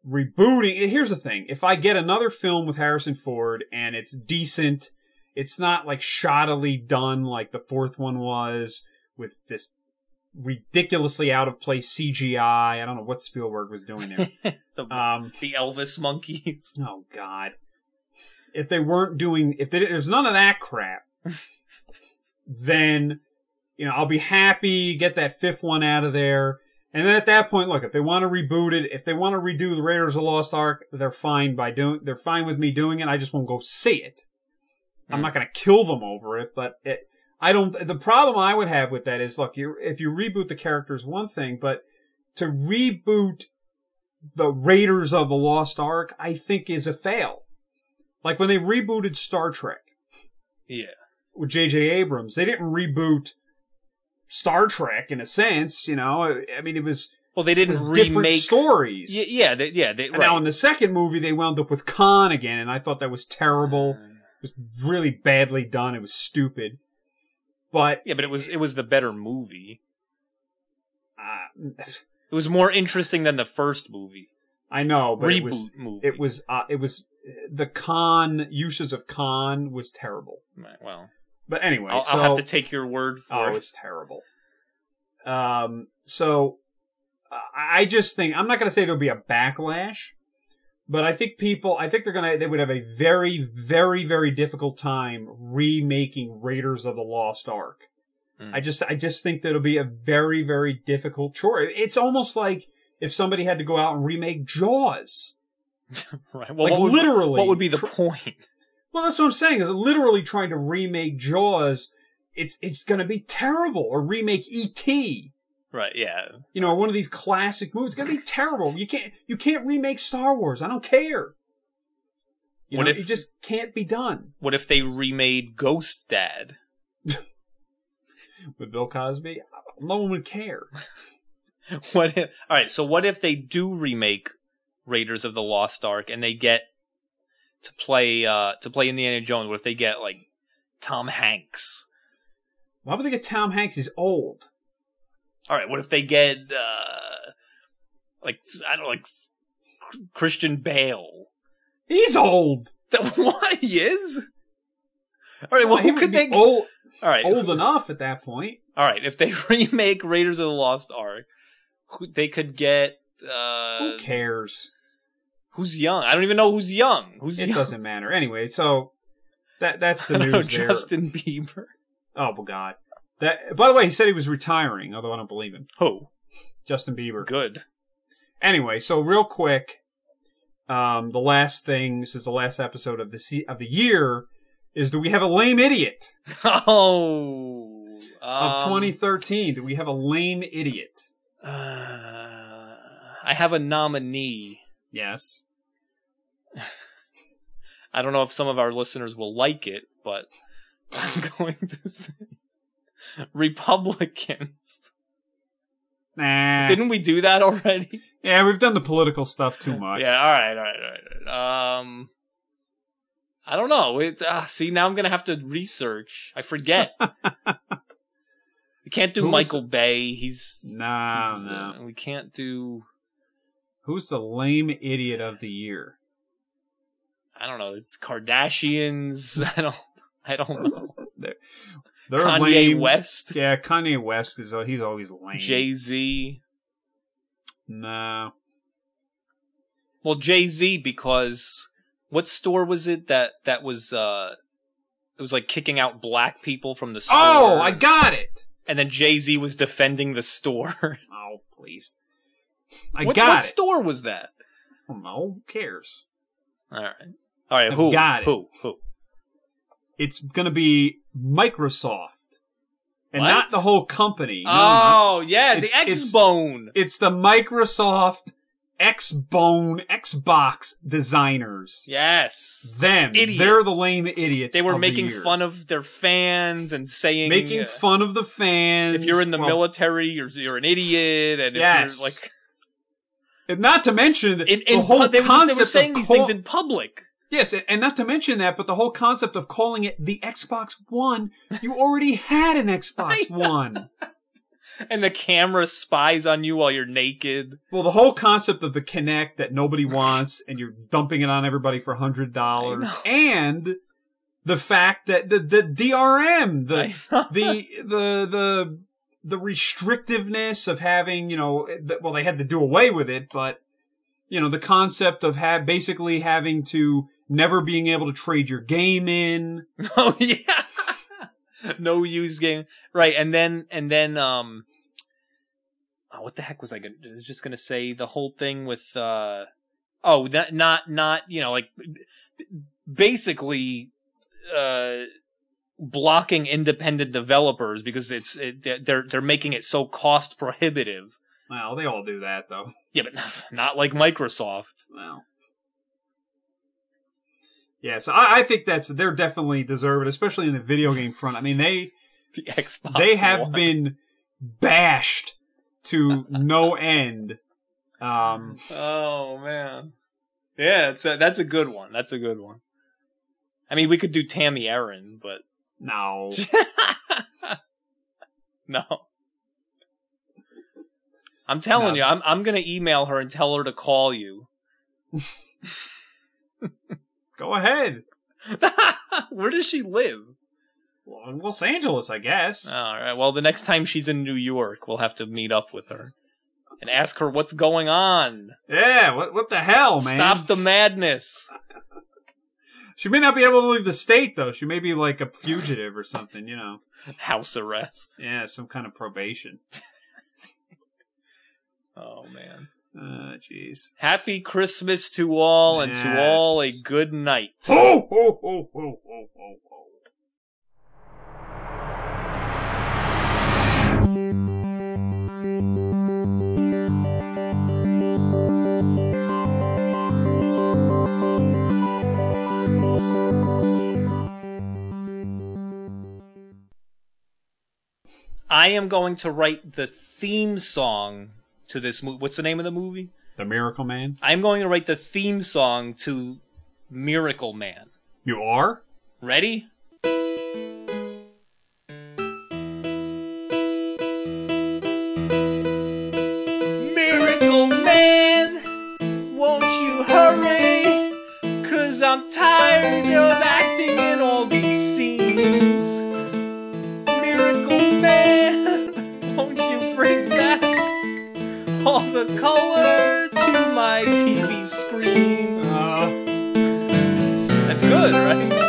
S3: rebooting. Eh, Here's the thing: if I get another film with Harrison Ford and it's decent, it's not like shoddily done like the fourth one was with this ridiculously out of place CGI. I don't know what Spielberg was doing there.
S2: The,
S3: um,
S2: the Elvis monkeys.
S3: Oh God! If they weren't doing, if they, there's none of that crap, then you know I'll be happy. Get that fifth one out of there, and then at that point, look, if they want to reboot it, if they want to redo the Raiders of the Lost Ark, they're fine by doing. They're fine with me doing it. I just won't go see it. I'm
S2: Hmm.
S3: not going to kill them over it, but it, I don't. The problem I would have with that is, look, you if you reboot the characters, one thing, but to reboot the Raiders of the Lost Ark, I think is a fail. Like when they rebooted Star Trek
S2: Yeah.
S3: with J.J. Abrams, they didn't reboot Star Trek in a sense, you know. I- I mean, it was,
S2: Well, they
S3: it
S2: didn't
S3: was different
S2: remake.
S3: stories.
S2: Y- yeah, they, yeah, they,
S3: And
S2: right.
S3: Now in the second movie, they wound up with Khan again, and I thought that was terrible.
S2: Uh.
S3: It was really badly done. It was stupid. But
S2: Yeah, but it was it was the better movie.
S3: uh,
S2: It was more interesting than the first movie
S3: I know, but
S2: reboot
S3: it was
S2: movie.
S3: it was uh, it was the Khan uses of Khan was terrible.
S2: Right, well,
S3: But anyway,
S2: I'll,
S3: so,
S2: I'll have to take your word for
S3: Oh,
S2: it.
S3: it's terrible. Um, so uh, I I just think I'm not going to say there'll be a backlash, but I think people, I think they're going to, they would have a very, very, very difficult time remaking Raiders of the Lost Ark.
S2: Mm.
S3: I just, I just think that'll be a very, very difficult chore. It's almost like if somebody had to go out and remake Jaws.
S2: Right. Well,
S3: like
S2: what would,
S3: literally,
S2: what would be the
S3: tr-
S2: point?
S3: well, that's what I'm saying. Is literally trying to remake Jaws. It's it's going to be terrible. Or remake E.T.
S2: Right. Yeah.
S3: You know, one of these classic movies. It's going to be terrible. You can't you can't remake Star Wars. I don't care. You
S2: What
S3: know,
S2: if-
S3: it just can't be done
S2: What if they remade Ghost Dad?
S3: with Bill Cosby. No one would care.
S2: What? If, all right. So what if they do remake Raiders of the Lost Ark and they get to play uh to play Indiana Jones? What if they get like Tom Hanks?
S3: Why would they get Tom Hanks? He's old.
S2: All right. What if they get uh like I don't know, like Christian Bale?
S3: He's old.
S2: That what he is? All right. Well,
S3: he
S2: who
S3: would
S2: could
S3: be
S2: they? All
S3: old,
S2: right.
S3: old enough at that point?
S2: All right. If they remake Raiders of the Lost Ark, who, they could get. Uh,
S3: Who cares?
S2: Who's young? I don't even know who's young. Who's
S3: It
S2: young?
S3: doesn't matter anyway. So that that's
S2: I
S3: the
S2: don't
S3: news
S2: know,
S3: there.
S2: Justin Bieber.
S3: Oh my God! That. By the way, he said he was retiring, although I don't believe him.
S2: Oh,
S3: Justin Bieber.
S2: good.
S3: Anyway, so real quick, um, the last thing this is the last episode of the se- of the year is do we have a lame idiot
S2: Oh,
S3: of
S2: um,
S3: 2013? Do we have a lame idiot?
S2: Uh, I have a nominee.
S3: Yes.
S2: I don't know if some of our listeners will like it, but I'm going to say Republicans.
S3: Nah.
S2: Didn't we do that already?
S3: yeah, we've done the political stuff too much.
S2: Yeah. All right. All right. All right. Um, I don't ah, know. It's uh, see now I'm gonna have to research. I forget We can't do
S3: Who was-
S2: Michael Bay. He's
S3: Nah,
S2: he's,
S3: no.
S2: uh, we can't do.
S3: Who's the lame idiot of the year?
S2: I don't know. It's Kardashians. I don't. I don't know.
S3: They're
S2: Kanye
S3: lame.
S2: West,
S3: Yeah, Kanye West is he's always lame.
S2: Jay Z.
S3: No.
S2: Well, Jay Z because what store was it that that was? uh It was like kicking out black people from the store.
S3: Oh, I got it.
S2: And then Jay Z was defending the store.
S3: Oh, please. I
S2: what,
S3: got
S2: what
S3: it.
S2: store was that?
S3: I don't know. Who cares?
S2: All right. All right.
S3: I've
S2: Who?
S3: got it.
S2: Who? Who?
S3: It's gonna be Microsoft, and
S2: What?
S3: not the whole company. No, not-
S2: oh yeah, the
S3: It's- it's-
S2: X Bone.
S3: it's the Microsoft Xbone Xbox designers.
S2: Yes.
S3: Them.
S2: Idiots.
S3: They're the lame idiots.
S2: they were
S3: of the
S2: making
S3: year.
S2: fun of their fans and saying
S3: making
S2: uh,
S3: fun of the fans.
S2: if you're in the
S3: Well,
S2: military you're, you're an idiot and
S3: Yes.
S2: if you're like
S3: and Not to mention that
S2: in, in
S3: the whole
S2: pu- they, were-
S3: concept
S2: they were saying
S3: of
S2: these
S3: call-
S2: things in public.
S3: Yes, and- and not to mention that, but the whole concept of calling it the Xbox One, you already had an Xbox One.
S2: And the camera spies on you while you're naked.
S3: Well, the whole concept of the Kinect that nobody wants and you're dumping it on everybody for hundred dollars,
S2: I
S3: and the fact that the the DRM, the
S2: I know.
S3: the the the the restrictiveness of having you know th- well they had to do away with it but you know the concept of ha- basically having to never being able to trade your game in
S2: oh yeah. no use game. Right, and then and then um oh, what the heck was I going to I was just going to say the whole thing with uh oh, not not not, you know, like b- basically uh blocking independent developers because it's it, they're- they're they're making it so cost prohibitive.
S3: well they all do that though
S2: Yeah, but not, not like Microsoft.
S3: well yeah so I, I think that's they're definitely deserved especially in the video game front i mean they
S2: The Xbox.
S3: they have
S2: One.
S3: been bashed to no end um
S2: Oh man, yeah, it's a, that's a good one. That's a good one. I mean, we could do Tammy Erin, but
S3: no
S2: no. I'm telling
S3: No.
S2: you, I'm I'm gonna email her and tell her to call you.
S3: go ahead
S2: Where does she live?
S3: Well, Los Angeles, I guess.
S2: All right. Well, the next time she's in New York, we'll have to meet up with her and ask her what's going on.
S3: yeah, what what the hell, man?
S2: Stop the madness.
S3: She may not be able to leave the state though. She may be like a fugitive or something, you know.
S2: House arrest.
S3: Yeah, some kind of probation.
S2: Oh man.
S3: Uh jeez.
S2: Happy Christmas to all and to all a
S3: Yes.
S2: good night.
S3: Ho ho ho ho ho ho ho.
S2: I am going to write the theme song to this movie. What's the name of the movie?
S3: The Miracle Man?
S2: I'm going to write the theme song to Miracle Man.
S3: You are?
S2: Ready? Miracle Man, won't you hurry? Cause I'm tired of acting in all these scenes. Miracle Man, won't you bring back all the color to my TV screen?
S3: Uh
S2: That's good, right?